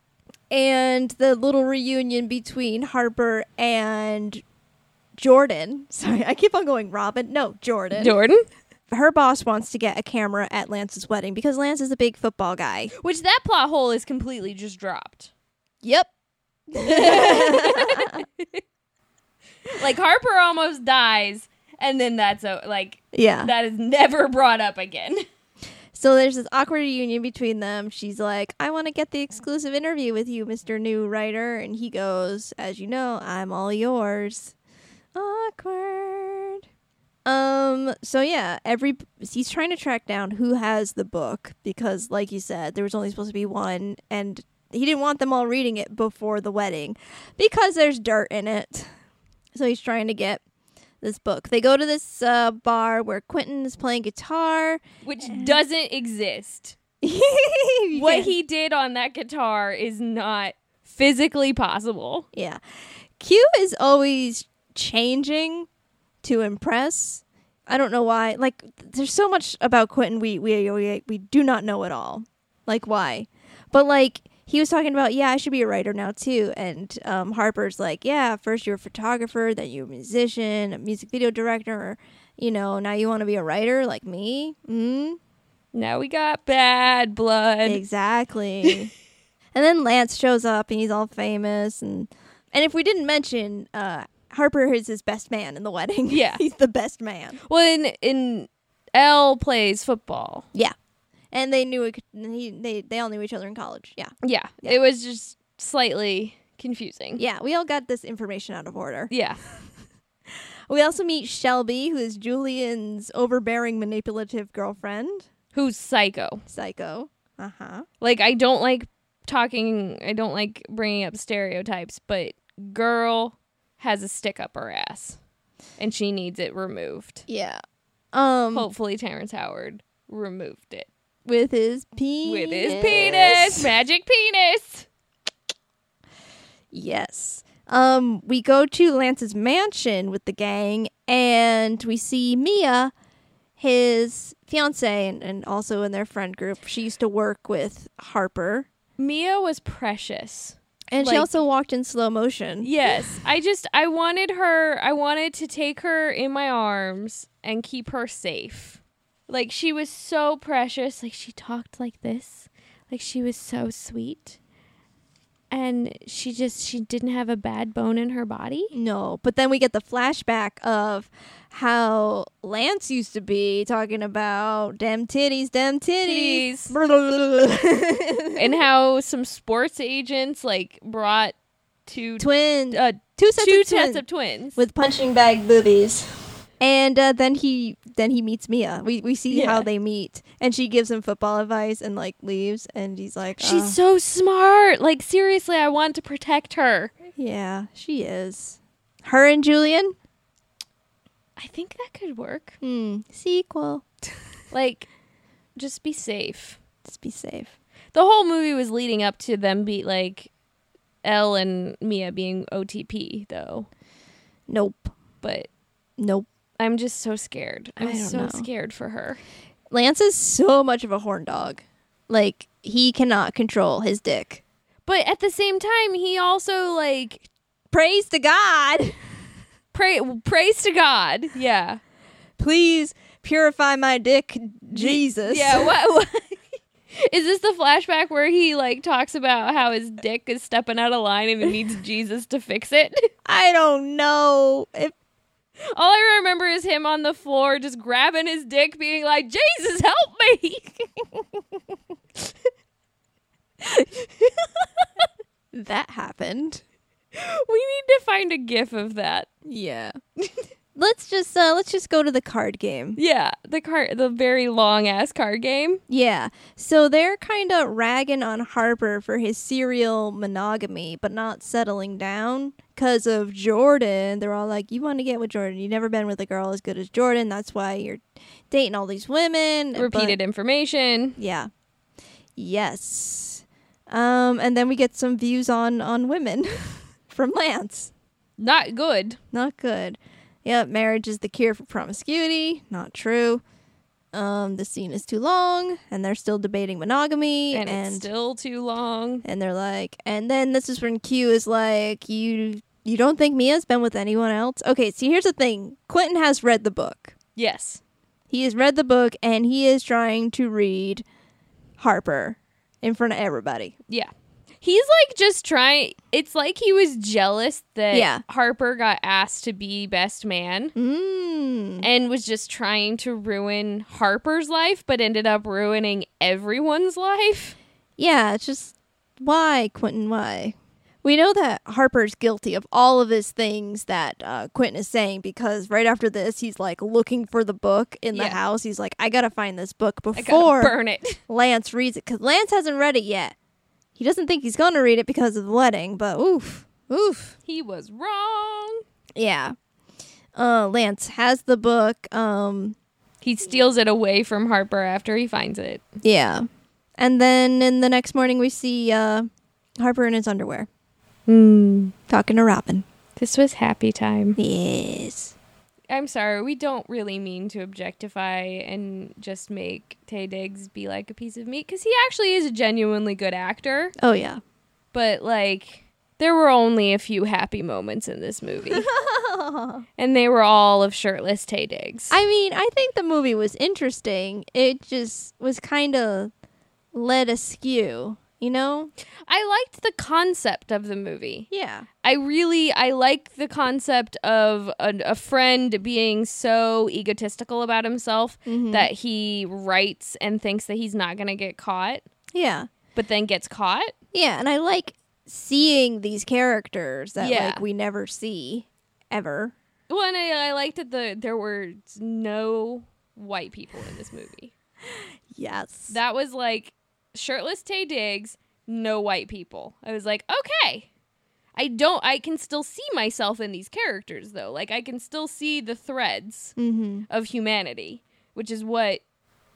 Speaker 2: and the little reunion between Harper and Jordan. <laughs> Sorry, I keep on going Robin. No, Jordan.
Speaker 1: Jordan?
Speaker 2: Her boss wants to get a camera at Lance's wedding because Lance is a big football guy.
Speaker 1: Which that plot hole is completely just dropped.
Speaker 2: Yep.
Speaker 1: Like Harper almost dies and then that's a, like
Speaker 2: Yeah.
Speaker 1: that is never brought up again.
Speaker 2: So there's this awkward reunion between them. She's like, I want to get the exclusive interview with you, Mr. New Writer. And he goes, As you know, I'm all yours. Awkward. Um, so yeah, every he's trying to track down who has the book because like you said, there was only supposed to be one and he didn't want them all reading it before the wedding because there's dirt in it. So he's trying to get this book. They go to this uh, bar where Quentin is playing guitar.
Speaker 1: Which doesn't exist.
Speaker 2: <laughs> what
Speaker 1: <laughs> What he did on that guitar is not physically possible.
Speaker 2: yeah q is always changing to impress. I don't know why. Like, th- there's so much about Quentin we we we, we do not know at all. Like, why? But like, he was talking about, yeah, I should be a writer now too. And um, Harper's like, yeah, first you're a photographer, then you're a musician, a music video director, or, you know, now you want to be a writer like me. Mm,
Speaker 1: Now we got bad blood. <laughs>
Speaker 2: Exactly. and then Lance shows up and he's all famous and and if we didn't mention uh Harper is his best man in the wedding.
Speaker 1: Yeah.
Speaker 2: <laughs> he's the best man.
Speaker 1: Well, in, in L plays football.
Speaker 2: Yeah. And they knew it, he, they they all knew each other in college. Yeah.
Speaker 1: Yeah,
Speaker 2: Yeah.
Speaker 1: it was just slightly confusing.
Speaker 2: Yeah, we all got this information out of order.
Speaker 1: Yeah.
Speaker 2: We also meet Shelby, who is Julian's overbearing manipulative girlfriend,
Speaker 1: Who's psycho?
Speaker 2: psycho. Uh-huh.
Speaker 1: Like I don't like talking. I don't like bringing up stereotypes, but girl has a stick up her ass, and she needs it removed.
Speaker 2: Yeah. Um
Speaker 1: Hopefully, Terrence Howard removed it
Speaker 2: with his penis.
Speaker 1: with his penis, magic penis.
Speaker 2: Yes. Um, we go to Lance's mansion with the gang, and we see Mia, his fiance, and, and also in their friend group. She used to work with Harper,
Speaker 1: Mia was precious.
Speaker 2: and she
Speaker 1: Like-
Speaker 2: also walked in slow motion.
Speaker 1: Yes, I just I wanted her. I wanted to take her in my arms and keep her safe. Like she was so precious. Like she talked like this. Like she was so sweet. And she just she didn't have a bad bone in her body.
Speaker 2: No, but then we get the flashback of how Lance used to be talking about damn titties, damn titties.
Speaker 1: and how some sports agents like brought two
Speaker 2: <laughs> Twin,
Speaker 1: uh,
Speaker 2: two sets
Speaker 1: two
Speaker 2: of twins.
Speaker 1: sets of twins.
Speaker 2: with punching bag boobies. And uh, then he then he meets Mia. We we see
Speaker 1: Yeah.
Speaker 2: how they meet, and she gives him football advice and like leaves, and he's like,
Speaker 1: She's so
Speaker 2: "Oh,
Speaker 1: smart. Like seriously, I want to protect her.
Speaker 2: "Oh, yeah, she is." Her and Julian.
Speaker 1: I think that could work.
Speaker 2: Hmm. Sequel.
Speaker 1: Like, just be safe.
Speaker 2: Just be safe.
Speaker 1: The whole movie was leading up to them be like Elle and Mia being OTP though.
Speaker 2: Nope.
Speaker 1: But
Speaker 2: Nope.
Speaker 1: I'm just so scared. I'm
Speaker 2: I don't
Speaker 1: so
Speaker 2: know.
Speaker 1: scared for her.
Speaker 2: Lance is so much of a horn dog. Like he cannot control his dick.
Speaker 1: But at the same time, he also like
Speaker 2: Praise to God. <laughs>
Speaker 1: pray praise to God. Yeah.
Speaker 2: Please purify my dick, Jesus.
Speaker 1: Yeah, what, <laughs> what Is this the flashback where he like talks about how his dick is stepping out of line and it needs
Speaker 2: <laughs>
Speaker 1: Jesus to fix it?
Speaker 2: <laughs> I don't know if
Speaker 1: All I remember is him on the floor just grabbing his dick, being like, Jesus, help me. <laughs>
Speaker 2: that happened.
Speaker 1: we need to find a gif of that.
Speaker 2: Yeah. <laughs> let's just uh let's just go to the card game.
Speaker 1: Yeah, the card, the very long ass card game.
Speaker 2: Yeah. So they're kind of ragging on Harper for his serial monogamy but not settling down cuz of Jordan. They're all like, "You want to get with Jordan. You've never been with a girl as good as Jordan. That's why you're dating all these women." But-
Speaker 1: Repeated information.
Speaker 2: yeah. Yes. Um and then we get some views on on women <laughs> from Lance.
Speaker 1: Not good.
Speaker 2: Not good. Yep, marriage is the cure for promiscuity. Not true. Um, the scene is too long, and they're still debating monogamy,
Speaker 1: And,
Speaker 2: and
Speaker 1: it's still too long.
Speaker 2: and they're like, and then this is when Q is like, you you don't think Mia's been with anyone else? Okay, see, here's the thing. Quentin has read the book.
Speaker 1: Yes.
Speaker 2: He has read the book, and he is trying to read Harper in front of everybody.
Speaker 1: Yeah. He's like just trying. It's like he was jealous that
Speaker 2: Yeah. Mm-hmm.
Speaker 1: Harper got asked to be best man
Speaker 2: Mm.
Speaker 1: and was just trying to ruin Harper's life, but ended up ruining everyone's
Speaker 2: <laughs>
Speaker 1: life.
Speaker 2: Yeah, it's just why, Quentin, why? We know that Harper's guilty of all of his things that uh, Quentin is saying because right after this, he's like looking for the book in the
Speaker 1: Yeah.
Speaker 2: house. He's like, I gotta find this book
Speaker 1: I gotta
Speaker 2: before
Speaker 1: burn it. <laughs>
Speaker 2: Lance reads it because Lance hasn't read it yet. He doesn't think he's gonna read it because of the wedding, but oof, oof,
Speaker 1: He was wrong.
Speaker 2: yeah. Uh, Lance has the book. Um,
Speaker 1: He steals it away from Harper after he finds it.
Speaker 2: yeah, and then in the Hmm. next morning we see uh, Harper in his underwear talking to Robin.
Speaker 1: This was happy time.
Speaker 2: Yes.
Speaker 1: I'm sorry, we don't really mean to objectify and just make Tay Diggs be like a piece of meat because he actually is a genuinely good actor.
Speaker 2: Oh yeah.
Speaker 1: But like, there were only a few happy moments in this movie, and they were all of shirtless Tay Diggs.
Speaker 2: I mean, I think the movie was interesting. It just was kind of led askew, you know?
Speaker 1: I liked the concept of the movie.
Speaker 2: Yeah.
Speaker 1: I really I like the concept of an, a friend being so egotistical about himself that he writes and thinks that he's not going to get caught,
Speaker 2: Yeah.
Speaker 1: but then gets caught.
Speaker 2: Yeah, and I like seeing these characters that
Speaker 1: Yeah.
Speaker 2: like we never see ever.
Speaker 1: Well, and I, I liked that the there were no white people in this movie.
Speaker 2: Yes.
Speaker 1: That was like shirtless Tay Diggs, no white people. I was like, okay. I don't I can still see myself in these characters though. Like I can still see the threads.
Speaker 2: mm-hmm.
Speaker 1: of humanity, which is what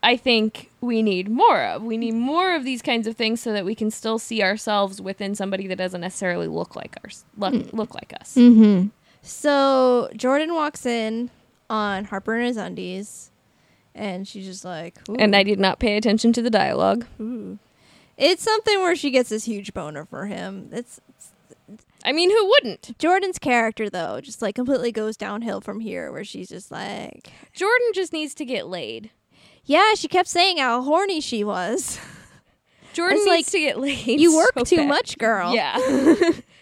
Speaker 1: I think we need more of. We need more of these kinds of things so that we can still see ourselves within somebody that doesn't necessarily look like ours, look, look like us.
Speaker 2: Mm. Mm-hmm. So Jordan walks in on Harper and his undies, and she's just like, ooh,
Speaker 1: And I did not pay attention to the dialogue.
Speaker 2: ooh. It's something where she gets this huge boner for him. It's
Speaker 1: I mean, who wouldn't?
Speaker 2: Jordan's character though, just like completely goes downhill from here, where she's just like,
Speaker 1: Jordan just needs to get laid.
Speaker 2: yeah, she kept saying how horny she was. <laughs>
Speaker 1: Jordan
Speaker 2: It's
Speaker 1: needs
Speaker 2: like,
Speaker 1: to get laid.
Speaker 2: you work
Speaker 1: <laughs> so
Speaker 2: too
Speaker 1: bad.
Speaker 2: much, girl.
Speaker 1: Yeah.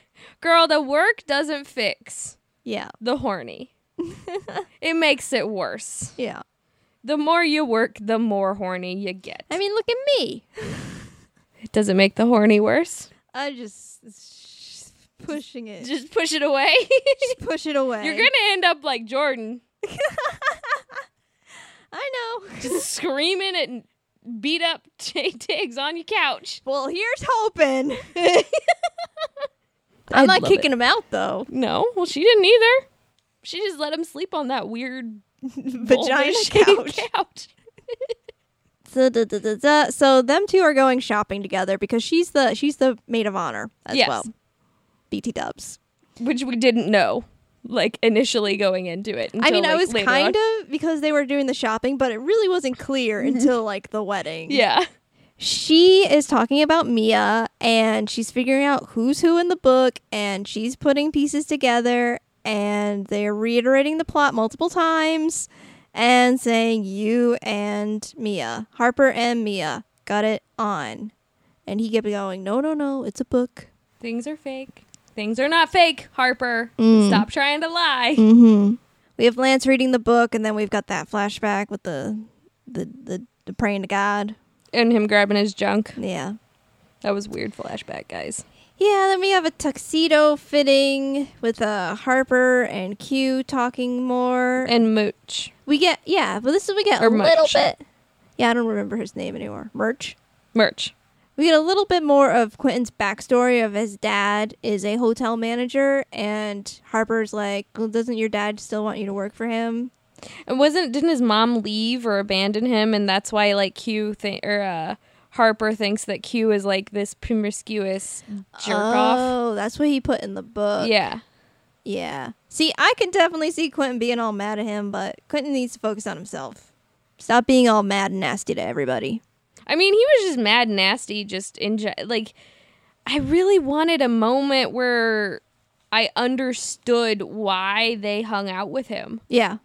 Speaker 1: <laughs> girl, the work doesn't fix
Speaker 2: yeah,
Speaker 1: the
Speaker 2: <laughs>
Speaker 1: horny. it makes it worse.
Speaker 2: yeah.
Speaker 1: The more you work, the more horny you get.
Speaker 2: I mean, look at me.
Speaker 1: it doesn't make the horny worse.
Speaker 2: I just s- pushing it. Just <laughs>
Speaker 1: just push it away. <laughs>
Speaker 2: push it away.
Speaker 1: You're gonna end up like Jordan, <laughs>
Speaker 2: I <laughs> know.
Speaker 1: just screaming and beat up Jay Diggs on your couch.
Speaker 2: Well, here's <laughs> hoping. I'm not
Speaker 1: love it.
Speaker 2: kicking him out though.
Speaker 1: No, well, she didn't either. She just let him sleep on that
Speaker 2: <laughs>
Speaker 1: weird
Speaker 2: Vagina
Speaker 1: boulder-shaped <laughs>
Speaker 2: couch. So, da, da, da, da. So them two are going shopping together because she's the she's the maid of honor as
Speaker 1: Yes.
Speaker 2: well. BT Dubs.
Speaker 1: which we didn't know, like initially going into it.
Speaker 2: I
Speaker 1: until,
Speaker 2: mean, I
Speaker 1: like,
Speaker 2: was
Speaker 1: later
Speaker 2: kind
Speaker 1: on.
Speaker 2: of because they were doing the shopping, but it really wasn't clear until like the wedding.
Speaker 1: Mm-hmm. yeah.
Speaker 2: she is talking about Mia and she's figuring out who's who in the book and she's putting pieces together and they're reiterating the plot multiple times and saying you and Mia, Harper and Mia got it on. And he kept going, "No, no, no, it's a book."
Speaker 1: Things are fake. Things are not fake, Harper.
Speaker 2: Mm.
Speaker 1: Stop trying to lie.
Speaker 2: Mhm. We have Lance reading the book and then we've got that flashback with the the the, the praying to God.
Speaker 1: And him grabbing his junk.
Speaker 2: Yeah.
Speaker 1: That was weird flashback, guys.
Speaker 2: Yeah, then we have a tuxedo fitting with uh, Harper and Q talking more.
Speaker 1: And Mooch.
Speaker 2: we get yeah, but this is we get
Speaker 1: Or
Speaker 2: a little
Speaker 1: Merch.
Speaker 2: bit. Yeah, I don't remember his name anymore. Merch.
Speaker 1: Merch.
Speaker 2: We get a little bit more of Quentin's backstory of his dad is a hotel manager, and Harper's like, well, "Doesn't your dad still want you to work for him?"
Speaker 1: And wasn't didn't his mom leave or abandon him, and that's why like Q thi- or uh, Harper thinks that Q is like this promiscuous jerk off.
Speaker 2: Oh, that's what he put in the book.
Speaker 1: Yeah,
Speaker 2: Yeah. See, I can definitely see Quentin being all mad at him, but Quentin needs to focus on himself. Stop being all mad and nasty to everybody.
Speaker 1: I mean he was just mad nasty. Just in ge- like, I really wanted a moment where I understood why they hung out with him
Speaker 2: Yeah.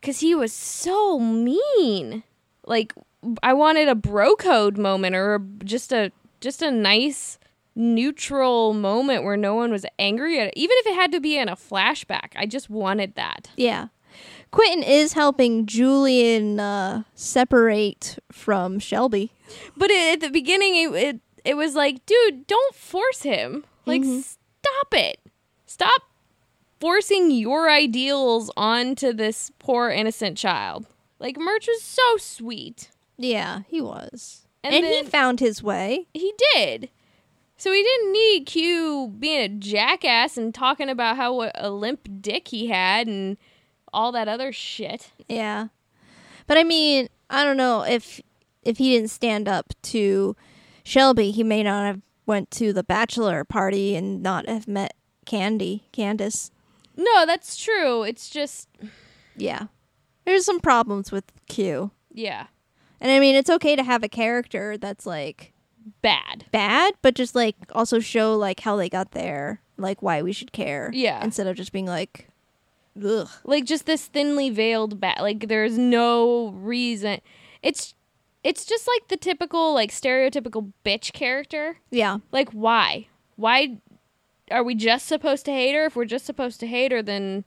Speaker 1: because he was so mean. Like I wanted a bro code moment or a, just a just a nice neutral moment where no one was angry at even if it had to be in a flashback. I just wanted that.
Speaker 2: Yeah. Quentin is helping Julian uh, separate from Shelby.
Speaker 1: But it, at the beginning it, it it was like, dude, don't force him. Like stop it. Stop forcing your ideals onto this poor innocent child. Like Merch was so sweet.
Speaker 2: Yeah, he was.
Speaker 1: And
Speaker 2: And,
Speaker 1: then-
Speaker 2: he found his way.
Speaker 1: he did. So he didn't need Q being a jackass and talking about how what a limp dick he had and all that other shit.
Speaker 2: Yeah. But I mean, I don't know if if he didn't stand up to Shelby, he may not have went to the bachelor party and not have met Candy, Candace.
Speaker 1: No, that's true. It's just
Speaker 2: Yeah. There's some problems with Q.
Speaker 1: yeah,
Speaker 2: And I mean, it's okay to have a character that's like
Speaker 1: bad.
Speaker 2: bad, but just like also show like how they got there, like why we should care.
Speaker 1: Yeah.
Speaker 2: Instead of just being like, ugh.
Speaker 1: Like just this thinly veiled bad. Like there's no reason. It's it's just like the typical like stereotypical bitch character.
Speaker 2: Yeah.
Speaker 1: Like why? Why are we just supposed to hate her? If we're just supposed to hate her, then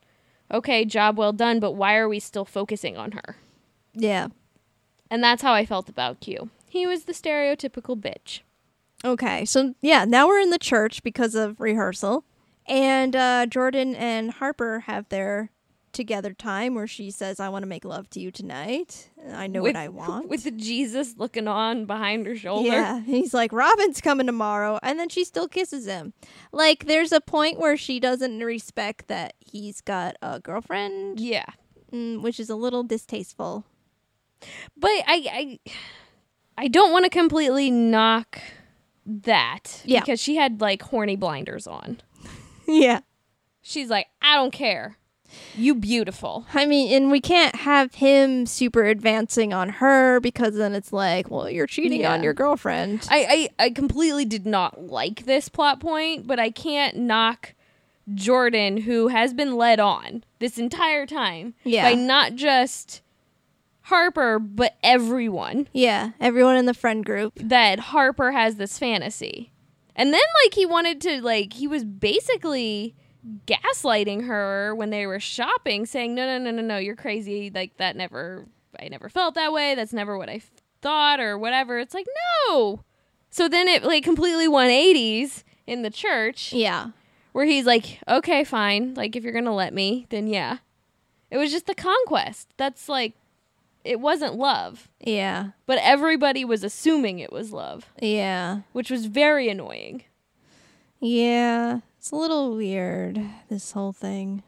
Speaker 1: okay, job well done, but why are we still focusing on her?
Speaker 2: Yeah.
Speaker 1: And that's how I felt about Q. He was the stereotypical bitch.
Speaker 2: Okay. So yeah, now we're in the church because of rehearsal. And uh, Jordan and Harper have their together time where she says, I want to make love to you tonight. I know what I
Speaker 1: <laughs>
Speaker 2: want.
Speaker 1: With Jesus looking on behind her shoulder.
Speaker 2: Yeah, he's like, Robin's coming tomorrow. And then she still kisses him. Like, there's a point where she doesn't respect that he's got a girlfriend,
Speaker 1: Yeah.
Speaker 2: mm, which is a little distasteful.
Speaker 1: But I I, I don't want to completely knock that
Speaker 2: Yeah.
Speaker 1: because she had like horny blinders on.
Speaker 2: <laughs> Yeah.
Speaker 1: She's like, "I don't care. You beautiful."
Speaker 2: I mean, and we can't have him super advancing on her because then it's like, well, you're cheating
Speaker 1: Yeah.
Speaker 2: on your girlfriend.
Speaker 1: I, I I completely did not like this plot point, but I can't knock Jordan who has been led on this entire time
Speaker 2: Yeah.
Speaker 1: by not just Harper but everyone.
Speaker 2: yeah, everyone in the friend group.
Speaker 1: that Harper has this fantasy. And then like he wanted to like he was basically gaslighting her when they were shopping saying no no no no no you're crazy like that never I never felt that way that's never what I f- thought or whatever it's like no. So then it like completely 180s in the church
Speaker 2: Yeah.
Speaker 1: where he's like okay fine like if you're going to let me then yeah. It was just the conquest. That's like it wasn't love,
Speaker 2: Yeah.
Speaker 1: but everybody was assuming it was love
Speaker 2: Yeah.
Speaker 1: which was very annoying.
Speaker 2: Yeah. It's a little weird, this whole thing.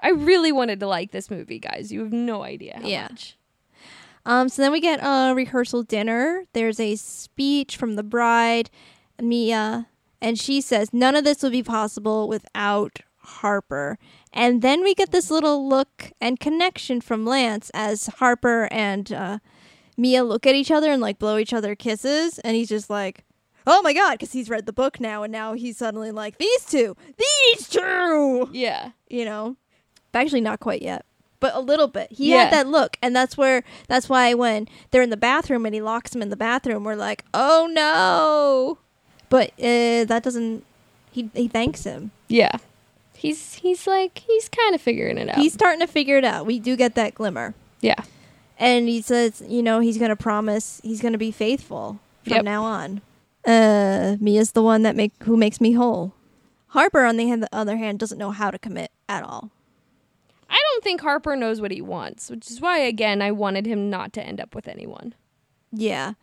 Speaker 1: I really wanted to like this movie, guys. You have no idea how
Speaker 2: Yeah.
Speaker 1: much.
Speaker 2: Um, so then we get a rehearsal dinner. There's a speech from the bride, Mia, and she says, None of this would be possible without Harper. And then we get this little look and connection from Lance as Harper and uh, Mia look at each other and like blow each other kisses. And he's just like, Oh my God, because he's read the book now. And now he's suddenly like, These two, these two
Speaker 1: Yeah.
Speaker 2: you know actually not quite yet but a little bit he
Speaker 1: Yeah.
Speaker 2: had that look and that's where that's why when they're in the bathroom and he locks him in the bathroom we're like oh no but uh, that doesn't he, he thanks him
Speaker 1: Yeah. He's he's like he's kind of figuring it out.
Speaker 2: he's starting to figure it out we do get that glimmer
Speaker 1: yeah.
Speaker 2: and he says you know he's gonna promise he's gonna be faithful from
Speaker 1: Yep.
Speaker 2: now on uh mia's the one that make who makes me whole harper on the hand- the other hand doesn't know how to commit at all
Speaker 1: I don't think Harper knows what he wants, which is why again I wanted him not to end up with anyone.
Speaker 2: Yeah.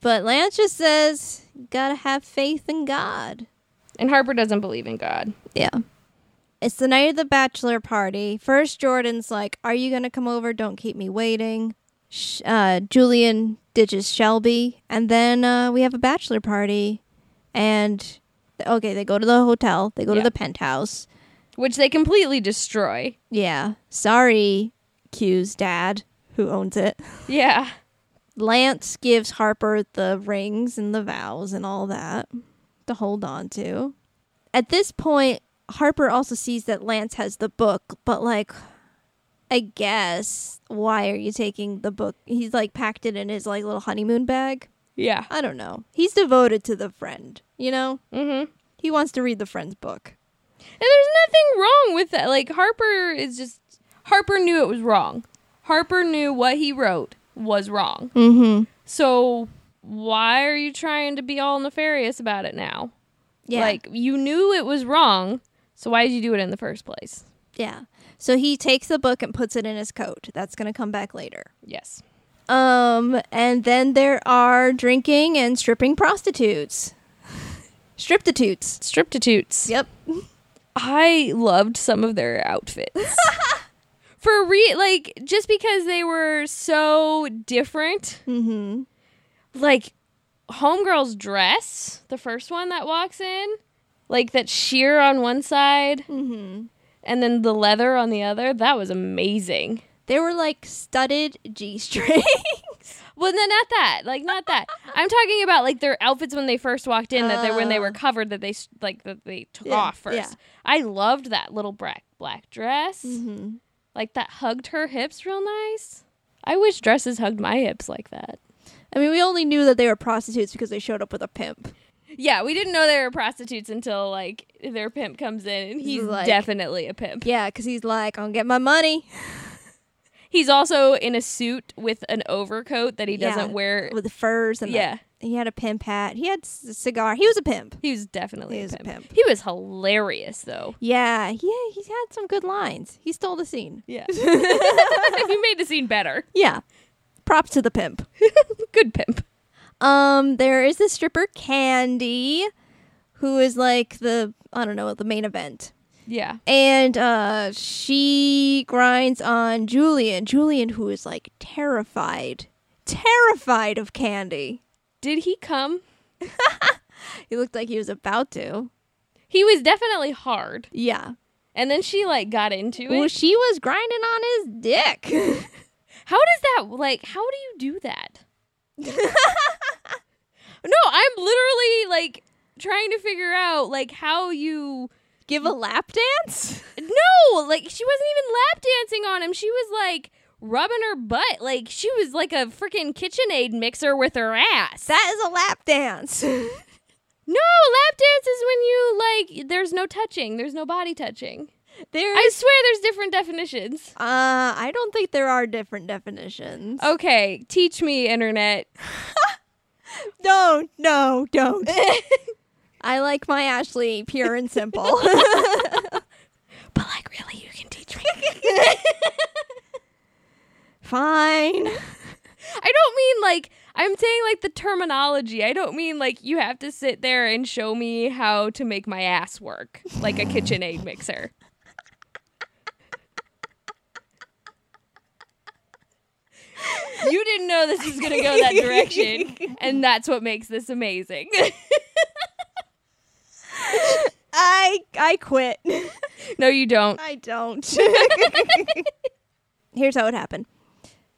Speaker 2: But Lance just says, gotta have faith in God.
Speaker 1: And Harper doesn't believe in God.
Speaker 2: Yeah. It's the night of the bachelor party. First, Jordan's like, Are you gonna come over? Don't keep me waiting. Sh- uh, Julian ditches Shelby. And then uh, we have a bachelor party. And okay, they go to the hotel, they go
Speaker 1: Yeah.
Speaker 2: to the penthouse.
Speaker 1: Which they completely destroy.
Speaker 2: Yeah. Sorry, Q's dad, who owns it.
Speaker 1: Yeah.
Speaker 2: Lance gives Harper the rings and the vows and all that to hold on to. At this point, Harper also sees that Lance has the book, but like, I guess why are you taking the book? He's like packed it in his like little honeymoon bag.
Speaker 1: Yeah.
Speaker 2: I don't know. He's devoted to the friend, you know?
Speaker 1: Mhm.
Speaker 2: He wants to read the friend's book.
Speaker 1: And there's nothing wrong with that. Like Harper is just Harper knew it was wrong. Harper knew what he wrote was wrong.
Speaker 2: Mm-hmm.
Speaker 1: So why are you trying to be all nefarious about it now?
Speaker 2: Yeah.
Speaker 1: Like you knew it was wrong, so why did you do it in the first place?
Speaker 2: yeah. So he takes the book and puts it in his coat. That's going to come back later.
Speaker 1: Yes.
Speaker 2: Um, and then there are drinking and stripping prostitutes. <laughs> Striptitutes.
Speaker 1: Striptitutes.
Speaker 2: Yep. <laughs>
Speaker 1: I loved some of their
Speaker 2: <laughs>
Speaker 1: outfits. For re like just because they were so different.
Speaker 2: Mm-hmm.
Speaker 1: Like Homegirl's dress, the first one that walks in, like that sheer on one side
Speaker 2: Mm-hmm.
Speaker 1: and then the leather on the other. That was amazing.
Speaker 2: They were like studded G strings.
Speaker 1: Well, no, not that. Like, not that. I'm talking about like their outfits when they first walked in. that they when they were
Speaker 2: Oh.
Speaker 1: covered, that they s- like that they took
Speaker 2: Yeah,
Speaker 1: off first.
Speaker 2: yeah.
Speaker 1: I loved that little black black dress.
Speaker 2: Mm-hmm.
Speaker 1: Like that hugged her hips real nice. I wish dresses hugged my hips like that.
Speaker 2: <laughs> I mean, we only knew that they were prostitutes because they showed up with a pimp.
Speaker 1: Yeah, we didn't know they were prostitutes until like their pimp comes in, and he's
Speaker 2: Like-
Speaker 1: definitely a pimp.
Speaker 2: Yeah, because he's like, I'll get my money
Speaker 1: He's also in a suit with an overcoat that he
Speaker 2: Yeah,
Speaker 1: doesn't wear.
Speaker 2: with the furs and the-
Speaker 1: Yeah.
Speaker 2: he had a pimp hat. He had c- cigar. He was a pimp.
Speaker 1: He was definitely
Speaker 2: He
Speaker 1: a,
Speaker 2: was a
Speaker 1: pimp.
Speaker 2: pimp.
Speaker 1: He was hilarious though.
Speaker 2: Yeah, yeah, he's had some good lines. He stole the scene.
Speaker 1: <laughs> Yeah. he made the scene better.
Speaker 2: Yeah, props to the pimp.
Speaker 1: <laughs> Good pimp.
Speaker 2: Um, there is the stripper Candy, who is like the I don't know the main event,
Speaker 1: Yeah.
Speaker 2: and uh, she grinds on Julian. Julian, who is like terrified, terrified of Candy.
Speaker 1: Did he come?
Speaker 2: He looked like he was about to.
Speaker 1: He was definitely hard.
Speaker 2: Yeah.
Speaker 1: And then she like got into it.
Speaker 2: Well, she was grinding on his dick. <laughs>
Speaker 1: how does that like how do you do <laughs> that? no, I'm literally like trying to figure out like how you
Speaker 2: Give a lap dance?
Speaker 1: No, like she wasn't even lap dancing on him. She was like rubbing her butt like she was like a freaking KitchenAid mixer with her ass.
Speaker 2: That is a lap dance. <laughs>
Speaker 1: No, lap dance is when you like there's no touching, there's no body touching.
Speaker 2: There
Speaker 1: I swear there's different definitions.
Speaker 2: Uh, I don't think there are different definitions.
Speaker 1: Okay, teach me internet.
Speaker 2: no, no, don't. <laughs> I like my Ashley pure and simple. <laughs>
Speaker 1: But like really you can teach me. <laughs>
Speaker 2: Fine.
Speaker 1: I don't mean like I'm saying like the terminology. I don't mean like you have to sit there and show me how to make my ass work like a KitchenAid mixer. You didn't know this was going to go <laughs> that direction, and that's what makes this amazing.
Speaker 2: I I <laughs> quit.
Speaker 1: no, you don't.
Speaker 2: I don't. <laughs> Here's how it happened.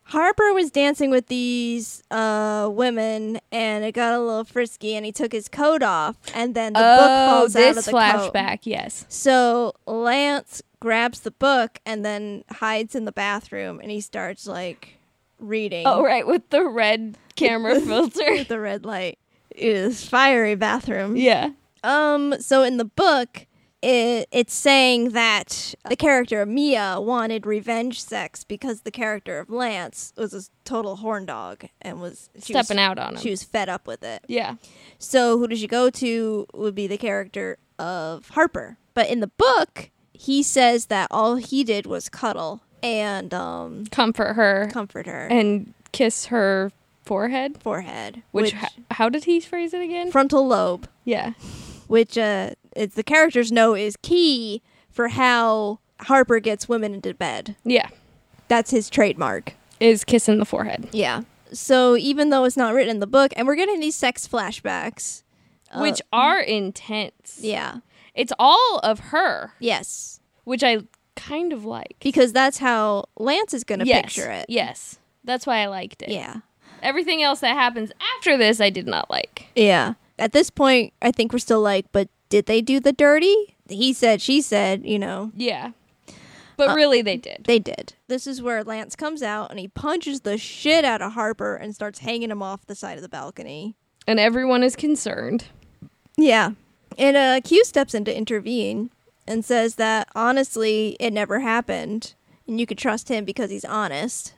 Speaker 2: Harper was dancing with these uh, women, and it got a little frisky, and he took his coat off, and then the book falls out of
Speaker 1: Oh, this
Speaker 2: the coat.
Speaker 1: flashback, yes.
Speaker 2: So Lance grabs the book and then hides in the bathroom and he starts like reading.
Speaker 1: Oh, right, with the red camera
Speaker 2: <laughs>
Speaker 1: filter.
Speaker 2: With the red light. It is fiery bathroom.
Speaker 1: yeah.
Speaker 2: Um so in the book it, it's saying that the character of Mia wanted revenge sex because the character of Lance was a total horn dog and was she
Speaker 1: Stepping
Speaker 2: was,
Speaker 1: out on him.
Speaker 2: She was fed up with it.
Speaker 1: Yeah.
Speaker 2: So who does she go to would be the character of Harper. But in the book, he says that all he did was cuddle and um,
Speaker 1: Comfort her
Speaker 2: comfort her
Speaker 1: and kiss her forehead,
Speaker 2: forehead,
Speaker 1: which, h how did he phrase it again?
Speaker 2: frontal lobe,
Speaker 1: yeah.
Speaker 2: which uh, it's the characters know is key for how Harper gets women into bed.
Speaker 1: Yeah.
Speaker 2: That's his trademark.
Speaker 1: Is kissing the forehead.
Speaker 2: Yeah. So even though it's not written in the book, and we're getting these sex flashbacks, uh,
Speaker 1: which are intense.
Speaker 2: yeah,
Speaker 1: It's all of her,
Speaker 2: yes,
Speaker 1: which I kind of like.
Speaker 2: because that's how Lance is going to
Speaker 1: yes.
Speaker 2: picture it.
Speaker 1: Yes. That's why I liked it.
Speaker 2: Yeah.
Speaker 1: Everything else that happens after this, I did not like.
Speaker 2: Yeah. At this point, I think we're still like, but did they do the dirty? He said, she said, you know,
Speaker 1: Yeah.
Speaker 2: Uh,
Speaker 1: But really, they did.
Speaker 2: they did. This is where Lance comes out and he punches the shit out of Harper and starts hanging him off the side of the balcony.
Speaker 1: and everyone is concerned.
Speaker 2: Yeah. And uh, Q steps in to intervene and says that honestly, it never happened. And you could trust him because he's honest.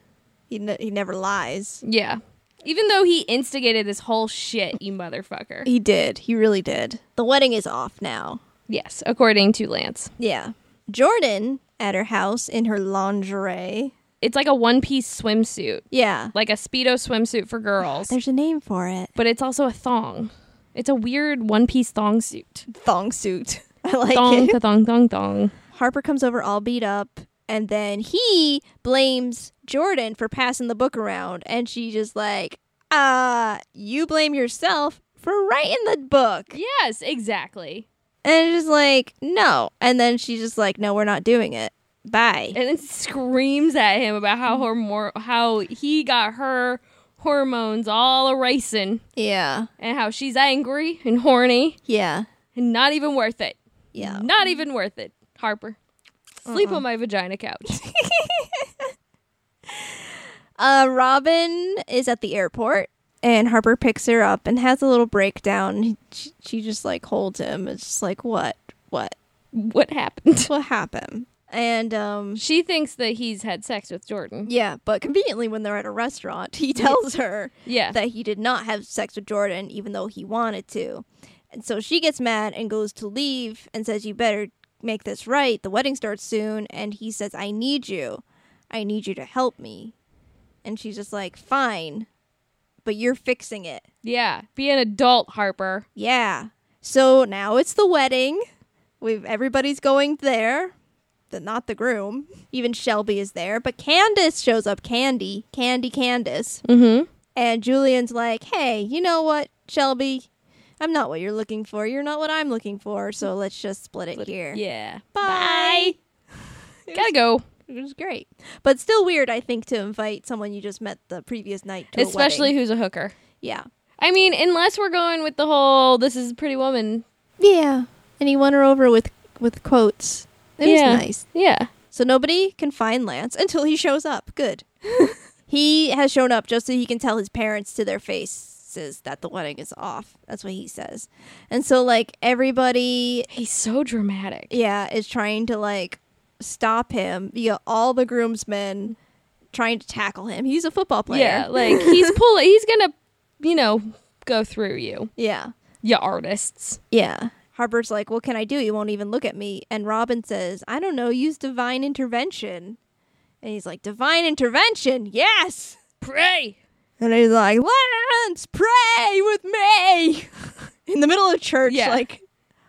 Speaker 2: He, ne- he never lies.
Speaker 1: Yeah. Even though he instigated this whole shit, you motherfucker.
Speaker 2: He did. He really did. The wedding is off now.
Speaker 1: Yes, according to Lance.
Speaker 2: Yeah. Jordan at her house in her lingerie.
Speaker 1: It's like a one piece swimsuit,
Speaker 2: Yeah.
Speaker 1: like a Speedo swimsuit for girls,
Speaker 2: There's a name for it.
Speaker 1: but it's also a thong. It's a weird one piece thong suit.
Speaker 2: Thong suit. <laughs> I like
Speaker 1: Thong,
Speaker 2: it.
Speaker 1: ta thong, thong, thong.
Speaker 2: Harper comes over all beat up, and then he blames Jordan for passing the book around, and she just like, uh, you blame yourself for writing the book.
Speaker 1: Yes, exactly.
Speaker 2: And it's just like, no. And then she's just like, no, we're not doing it. Bye.
Speaker 1: and then screams at him about how her mor- how he got her hormones all a racing
Speaker 2: Yeah.
Speaker 1: and how she's angry and horny
Speaker 2: Yeah.
Speaker 1: and not even worth it.
Speaker 2: Yeah. Uh-uh.
Speaker 1: Not even worth it, Harper. Sleep on my vagina
Speaker 2: <laughs>
Speaker 1: couch.
Speaker 2: Uh, Robin is at the airport, and Harper picks her up and has a little breakdown. She, she just like holds him. It's just like, what, what,
Speaker 1: what happened?
Speaker 2: what happened? And um,
Speaker 1: She thinks that he's had sex with Jordan.
Speaker 2: yeah, but conveniently, when they're at a restaurant, <laughs> he tells her
Speaker 1: Yeah.
Speaker 2: that he did not have sex with Jordan, even though he wanted to. And so she gets mad and goes to leave and says, You better make this right. The wedding starts soon. And he says, I need you. I need you to help me. And she's just like, Fine, but you're fixing it.
Speaker 1: Yeah. Be an adult, Harper.
Speaker 2: Yeah. So now it's the wedding. We've everybody's going there. The, not the groom. Even Shelby is there. But Candace shows up. Candy. Candy Candace.
Speaker 1: Mm-hmm.
Speaker 2: And Julian's like, hey, you know what, Shelby? I'm not what you're looking for. You're not what I'm looking for. So let's just split it here.
Speaker 1: Yeah.
Speaker 2: Bye.
Speaker 1: Gotta go.
Speaker 2: It was great. But still weird, I think, to invite someone you just met the previous night to a
Speaker 1: Especially
Speaker 2: wedding.
Speaker 1: who's a hooker.
Speaker 2: Yeah.
Speaker 1: I mean, unless we're going with the whole this is a pretty woman.
Speaker 2: Yeah. And he won her over with, with quotes. It
Speaker 1: Yeah.
Speaker 2: was nice.
Speaker 1: Yeah.
Speaker 2: So nobody can find Lance until he shows up. Good. <laughs> he has shown up just so he can tell his parents to their faces that the wedding is off. That's what he says. And so, like, everybody
Speaker 1: He's so dramatic.
Speaker 2: yeah, is trying to like stop him. You got all the groomsmen trying to tackle him. He's a football player.
Speaker 1: Yeah, like he's pulling. He's gonna, you know, go through you,
Speaker 2: <laughs> yeah,
Speaker 1: you artists.
Speaker 2: yeah. Harper's like, "What can I do? You won't even look at me." And Robin says, "I don't know. Use divine intervention." And he's like, "Divine intervention? Yes."
Speaker 1: Pray.
Speaker 2: And he's like, "Lance, pray with me." <laughs> In the middle of church,
Speaker 1: Yeah.
Speaker 2: like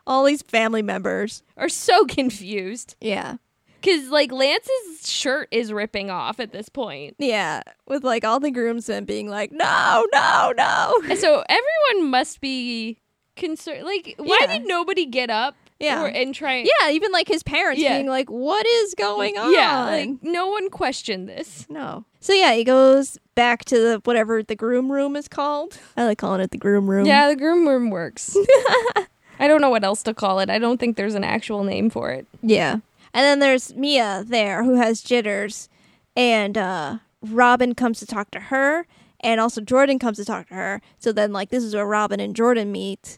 Speaker 2: all these family members.
Speaker 1: Are so confused
Speaker 2: Yeah.
Speaker 1: because like Lance's shirt is ripping off at this point.
Speaker 2: Yeah, with like all the groomsmen being like, "No, no, no."
Speaker 1: And So everyone must be concerned. Like, why
Speaker 2: Yeah.
Speaker 1: did nobody get up?
Speaker 2: Yeah.
Speaker 1: or- and try.
Speaker 2: <laughs> Yeah, even like his parents
Speaker 1: Yeah.
Speaker 2: being like, "What is going on?"
Speaker 1: yeah. Like no one questioned this.
Speaker 2: no. So yeah, he goes back to the whatever the groom room is called. I like calling it the groom room.
Speaker 1: Yeah, the groom room <laughs> works. I don't know what else to call it. I don't think there's an actual name for it.
Speaker 2: yeah. And then there's Mia there who has jitters, and uh, Robin comes to talk to her, and also Jordan comes to talk to her. So then like this is where Robin and Jordan meet,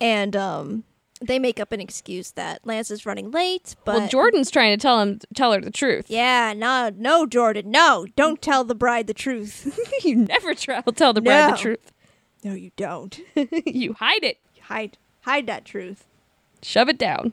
Speaker 2: and um, they make up an excuse that Lance is running late, but
Speaker 1: well, Jordan's trying to tell him, tell her the truth.
Speaker 2: yeah, no, no, Jordan, no, don't tell the bride the truth.
Speaker 1: <laughs> you never try to tell the bride
Speaker 2: No.
Speaker 1: the truth.
Speaker 2: <laughs>
Speaker 1: <laughs>
Speaker 2: No, you don't.
Speaker 1: you hide it,
Speaker 2: <laughs> hide hide that truth.
Speaker 1: shove it down.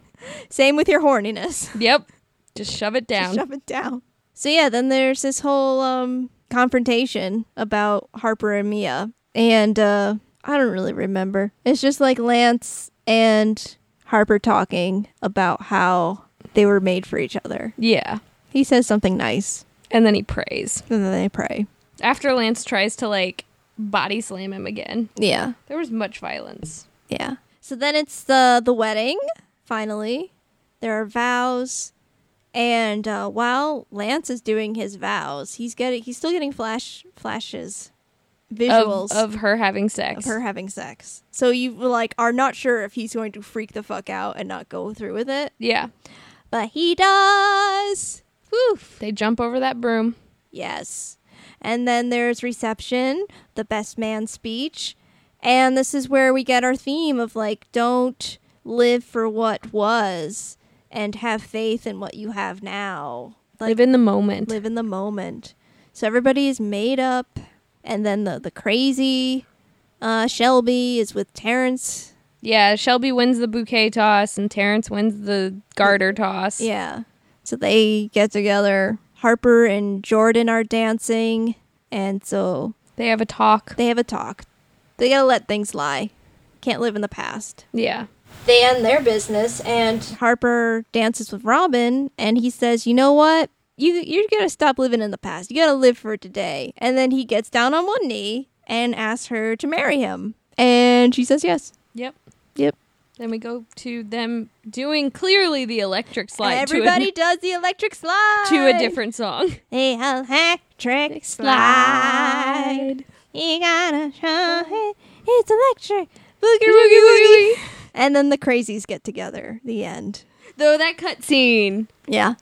Speaker 2: Same with your horniness.
Speaker 1: Yep, just shove it down.
Speaker 2: Just shove it down. So yeah, then there's this whole um confrontation about Harper and Mia. And uh I don't really remember. It's just like Lance and Harper talking about how they were made for each other.
Speaker 1: yeah,
Speaker 2: He says something nice,
Speaker 1: and then he prays
Speaker 2: and then they pray.
Speaker 1: after Lance tries to like body slam him again.
Speaker 2: Yeah.
Speaker 1: There was much violence.
Speaker 2: Yeah. So then it's the the wedding. Finally, there are vows, and uh, while Lance is doing his vows, he's getting he's still getting flash flashes, visuals
Speaker 1: Of,
Speaker 2: of,
Speaker 1: of her having sex.
Speaker 2: her having sex. So you like are not sure if he's going to freak the fuck out and not go through with it,
Speaker 1: Yeah.
Speaker 2: but he does. Woof.
Speaker 1: They jump over that broom.
Speaker 2: Yes. And then there's reception, the best man speech. And this is where we get our theme of like, don't live for what was and have faith in what you have now. Like,
Speaker 1: live in the moment.
Speaker 2: live in the moment. So everybody is made up. And then the, the crazy uh, Shelby is with Terrence.
Speaker 1: Yeah. Shelby wins the bouquet toss, and Terrence wins the garter toss.
Speaker 2: Yeah. So they get together. Harper and Jordan are dancing. And so
Speaker 1: They have a talk.
Speaker 2: They have a talk. They gotta let things lie. Can't live in the past.
Speaker 1: Yeah.
Speaker 2: They end their business, and Harper dances with Robin, and he says, "You know what? You you gotta stop living in the past. You gotta live for today." And then he gets down on one knee and asks her to marry him, and she says yes.
Speaker 1: Yep.
Speaker 2: Yep.
Speaker 1: Then we go to them doing clearly the electric slide.
Speaker 2: Everybody
Speaker 1: to
Speaker 2: does the electric slide.
Speaker 1: a, to a different song.
Speaker 2: The electric slide. You gotta show it. It's electric. Boogie, boogie, boogie. And then the crazies get together. The end.
Speaker 1: Though that cutscene
Speaker 2: Yeah.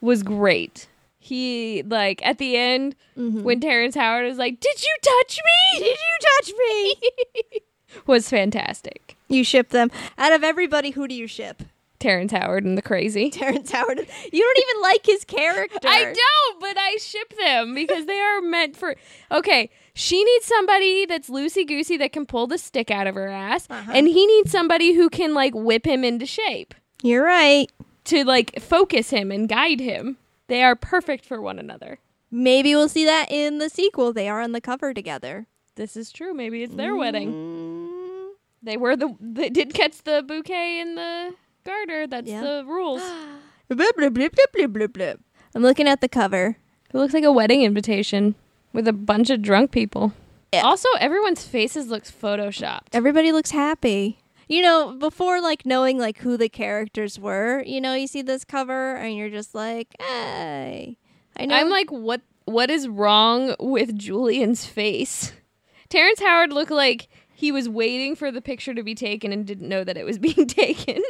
Speaker 1: was great. He like at the end when Terrence Howard was like, "Did you touch me? Mm-hmm. Did you touch me?" <laughs> was fantastic.
Speaker 2: You ship them. Out of everybody, who do you ship? <laughs>
Speaker 1: Terrence Howard and the crazy.
Speaker 2: Terrence Howard. You don't even like his character.
Speaker 1: I don't, but I ship them because they are meant for. Okay, she needs somebody that's loosey goosey that can pull the stick out of her ass,
Speaker 2: Uh-huh.
Speaker 1: and he needs somebody who can like whip him into shape
Speaker 2: You're right.
Speaker 1: to like focus him and guide him. They are perfect for one another.
Speaker 2: Maybe we'll see that in the sequel. They are on the cover together.
Speaker 1: This is true. Maybe it's their wedding.
Speaker 2: Mm.
Speaker 1: They were the they did catch the bouquet in the garter. That's
Speaker 2: Yeah.
Speaker 1: the
Speaker 2: <gasps>
Speaker 1: rules.
Speaker 2: Blip, blip, blip, blip, blip, blip, blip. I'm looking at the cover.
Speaker 1: It looks like a wedding invitation with a bunch of drunk people.
Speaker 2: Yeah.
Speaker 1: Also, everyone's faces looks photoshopped.
Speaker 2: Everybody looks happy. You know, before like knowing like who the characters were, you know, you see this cover and you're just like, hey, I know.
Speaker 1: I'm like, what? What is wrong with Julian's face? <laughs> Terrence Howard looked like he was waiting for the picture to be taken and didn't know that it was <laughs> being taken.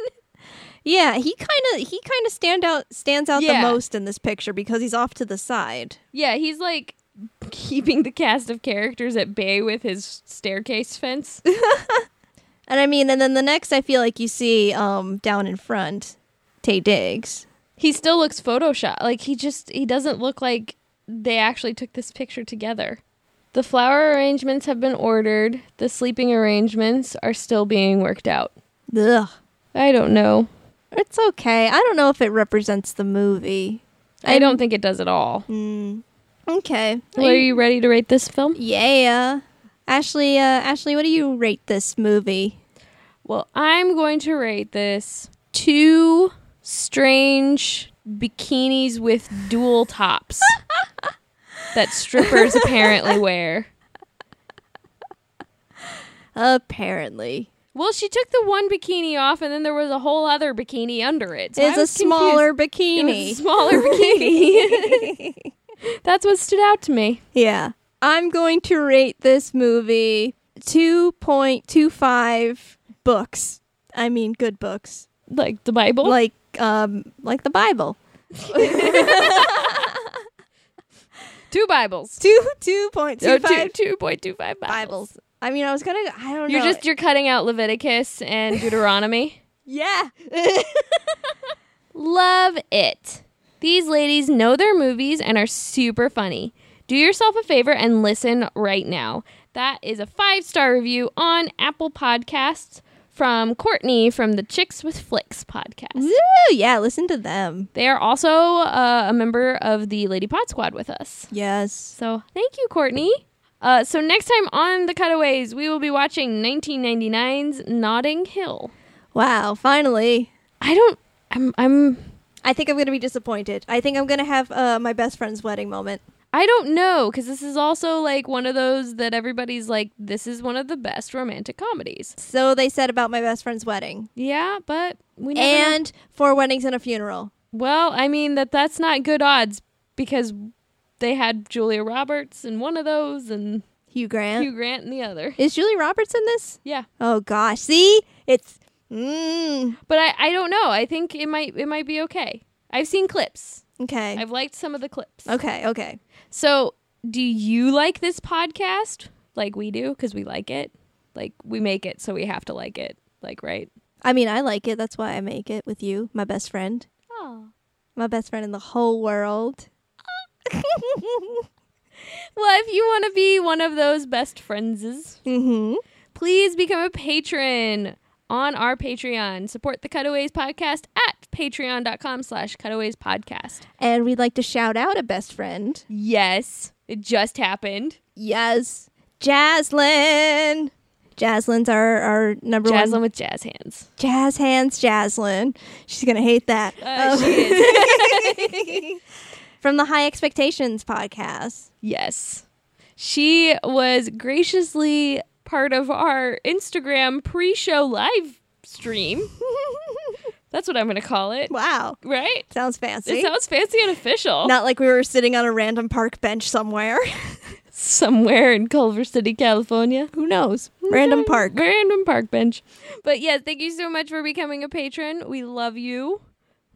Speaker 2: yeah, he kind of he kind of stand out stands out
Speaker 1: Yeah.
Speaker 2: the most in this picture because he's off to the side.
Speaker 1: yeah, he's like keeping the cast of characters at bay with his staircase fence.
Speaker 2: And I mean, and then the next I feel like you see um down in front, Tay Diggs.
Speaker 1: he still looks photoshopped. Like he just he doesn't look like they actually took this picture together. The flower arrangements have been ordered. The sleeping arrangements are still being worked out.
Speaker 2: Ugh.
Speaker 1: I don't know.
Speaker 2: It's okay. I don't know if it represents the movie.
Speaker 1: I don't think it does at all.
Speaker 2: Mm. Okay.
Speaker 1: Well, are you ready to rate this film?
Speaker 2: Yeah. Ashley, uh, Ashley, what do you rate this movie?
Speaker 1: Well, I'm going to rate this two strange bikinis with dual tops that strippers apparently wear.
Speaker 2: Apparently.
Speaker 1: Well, she took the one bikini off, and then there was a whole other bikini under it. So I
Speaker 2: it's a
Speaker 1: was
Speaker 2: smaller
Speaker 1: confused. It
Speaker 2: bikini.
Speaker 1: was a smaller bikini.
Speaker 2: <laughs>
Speaker 1: That's what stood out to me.
Speaker 2: yeah. I'm going to rate this movie 2.25 books. I mean, good books.
Speaker 1: Like the Bible.
Speaker 2: Like um like the Bible.
Speaker 1: two
Speaker 2: <laughs>
Speaker 1: Bibles.
Speaker 2: 2
Speaker 1: Oh,
Speaker 2: 2.25
Speaker 1: two, 2.25 Bibles.
Speaker 2: Bibles. I mean, I was going to I don't
Speaker 1: You're
Speaker 2: know.
Speaker 1: just you're cutting out Leviticus and Deuteronomy. <laughs>
Speaker 2: Yeah.
Speaker 1: Love it. These ladies know their movies and are super funny. Do yourself a favor and listen right now. That is a five star review on Apple Podcasts from Courtney from the Chicks with Flicks podcast.
Speaker 2: Woo, yeah, listen to them.
Speaker 1: They are also uh, a member of the Lady Pod Squad with us.
Speaker 2: Yes.
Speaker 1: So thank you, Courtney. Uh, so next time on The Cutaways, we will be watching 1999's Notting Hill.
Speaker 2: Wow, finally.
Speaker 1: I don't. I'm. I'm.
Speaker 2: I think I'm going to be disappointed. I think I'm going to have uh, my best friend's wedding moment.
Speaker 1: I don't know because this is also like one of those that everybody's like, this is one of the best romantic comedies.
Speaker 2: So they said about my best friend's wedding.
Speaker 1: Yeah, but we never know.
Speaker 2: And four weddings and a funeral.
Speaker 1: well, I mean that that's not good odds because they had Julia Roberts in one of those and
Speaker 2: Hugh Grant.
Speaker 1: Hugh Grant in the other.
Speaker 2: Is Julie Roberts in this?
Speaker 1: Yeah,
Speaker 2: Oh, gosh. See? It's. Mmm.
Speaker 1: but I I don't know. I think it might it might be okay. I've seen clips.
Speaker 2: Okay.
Speaker 1: I've liked some of the clips.
Speaker 2: okay, okay.
Speaker 1: So, do you like this podcast like we do because we like it? Like we make it so we have to like it. Like right?
Speaker 2: I mean, I like it. That's why I make it with you, my best friend.
Speaker 1: Oh.
Speaker 2: My best friend in the
Speaker 1: <laughs>
Speaker 2: whole world.
Speaker 1: Well, if you want to be one of those best friends,
Speaker 2: mm-hmm.
Speaker 1: please become a patron on our Patreon. Support the Cutaways Podcast at patreon.com slash cutaways podcast.
Speaker 2: And we'd like to shout out a best friend.
Speaker 1: Yes, it just happened.
Speaker 2: Yes. Jaslyn. Jaslyn's our, our number one
Speaker 1: Jaslyn with jazz <laughs> hands.
Speaker 2: Jazz hands, Jaslyn. She's gonna hate that.
Speaker 1: Uh,
Speaker 2: Um,
Speaker 1: she is.
Speaker 2: from the High
Speaker 1: <laughs>
Speaker 2: Expectations podcast.
Speaker 1: <laughs> Yes. She was graciously part of our Instagram pre show live stream. That's what I'm going to call it.
Speaker 2: Wow.
Speaker 1: Right?
Speaker 2: Sounds fancy.
Speaker 1: It sounds fancy and official.
Speaker 2: Not like we were sitting on a random park bench somewhere. <laughs>
Speaker 1: Somewhere in Culver City, California.
Speaker 2: Who knows? Random
Speaker 1: Okay.
Speaker 2: park.
Speaker 1: Random park bench. But yes, thank you so much for becoming a patron. We love you.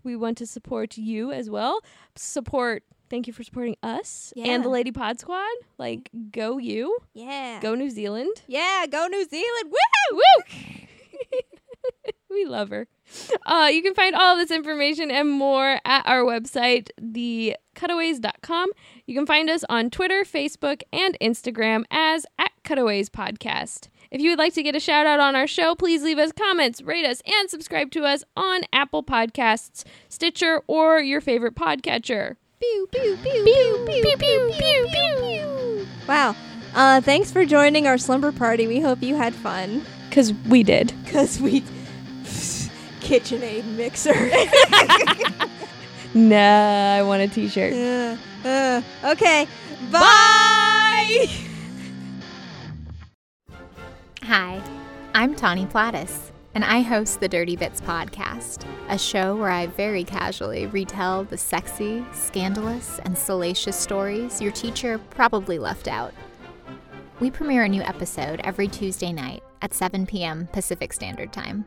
Speaker 1: We want to support you as well. Support. Thank you for supporting us
Speaker 2: Yeah.
Speaker 1: and the Lady Pod Squad. Like, go you.
Speaker 2: Yeah.
Speaker 1: Go New Zealand.
Speaker 2: Yeah, go New Zealand.
Speaker 1: Woo! <laughs> we love her. Uh, you can find all this information and more at our website, thecutaways.com. You can find us on Twitter, Facebook, and Instagram as at Cutaways Podcast. If you would like to get a shout out on our show, please leave us comments, rate us, and subscribe to us on Apple Podcasts, Stitcher, or your favorite podcatcher. Pew, pew, pew, pew, pew, pew, pew, pew.
Speaker 2: Wow. Uh, thanks for joining our slumber party. We hope you had fun.
Speaker 1: Because we did.
Speaker 2: Cause we <laughs> KitchenAid
Speaker 1: <laughs>
Speaker 2: mixer. <laughs>
Speaker 1: Nah, I want a t shirt.
Speaker 2: uh, uh, okay. Bye.
Speaker 3: Hi, I'm Tawny Plattis, and I host the Dirty Bits podcast, a show where I very casually retell the sexy, scandalous, and salacious stories your teacher probably left out. We premiere a new episode every Tuesday night at 7 p.m. Pacific Standard Time.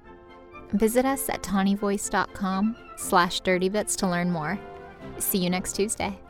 Speaker 3: Visit us at tawnyvoice.com slash dirtybits to learn more. See you next Tuesday.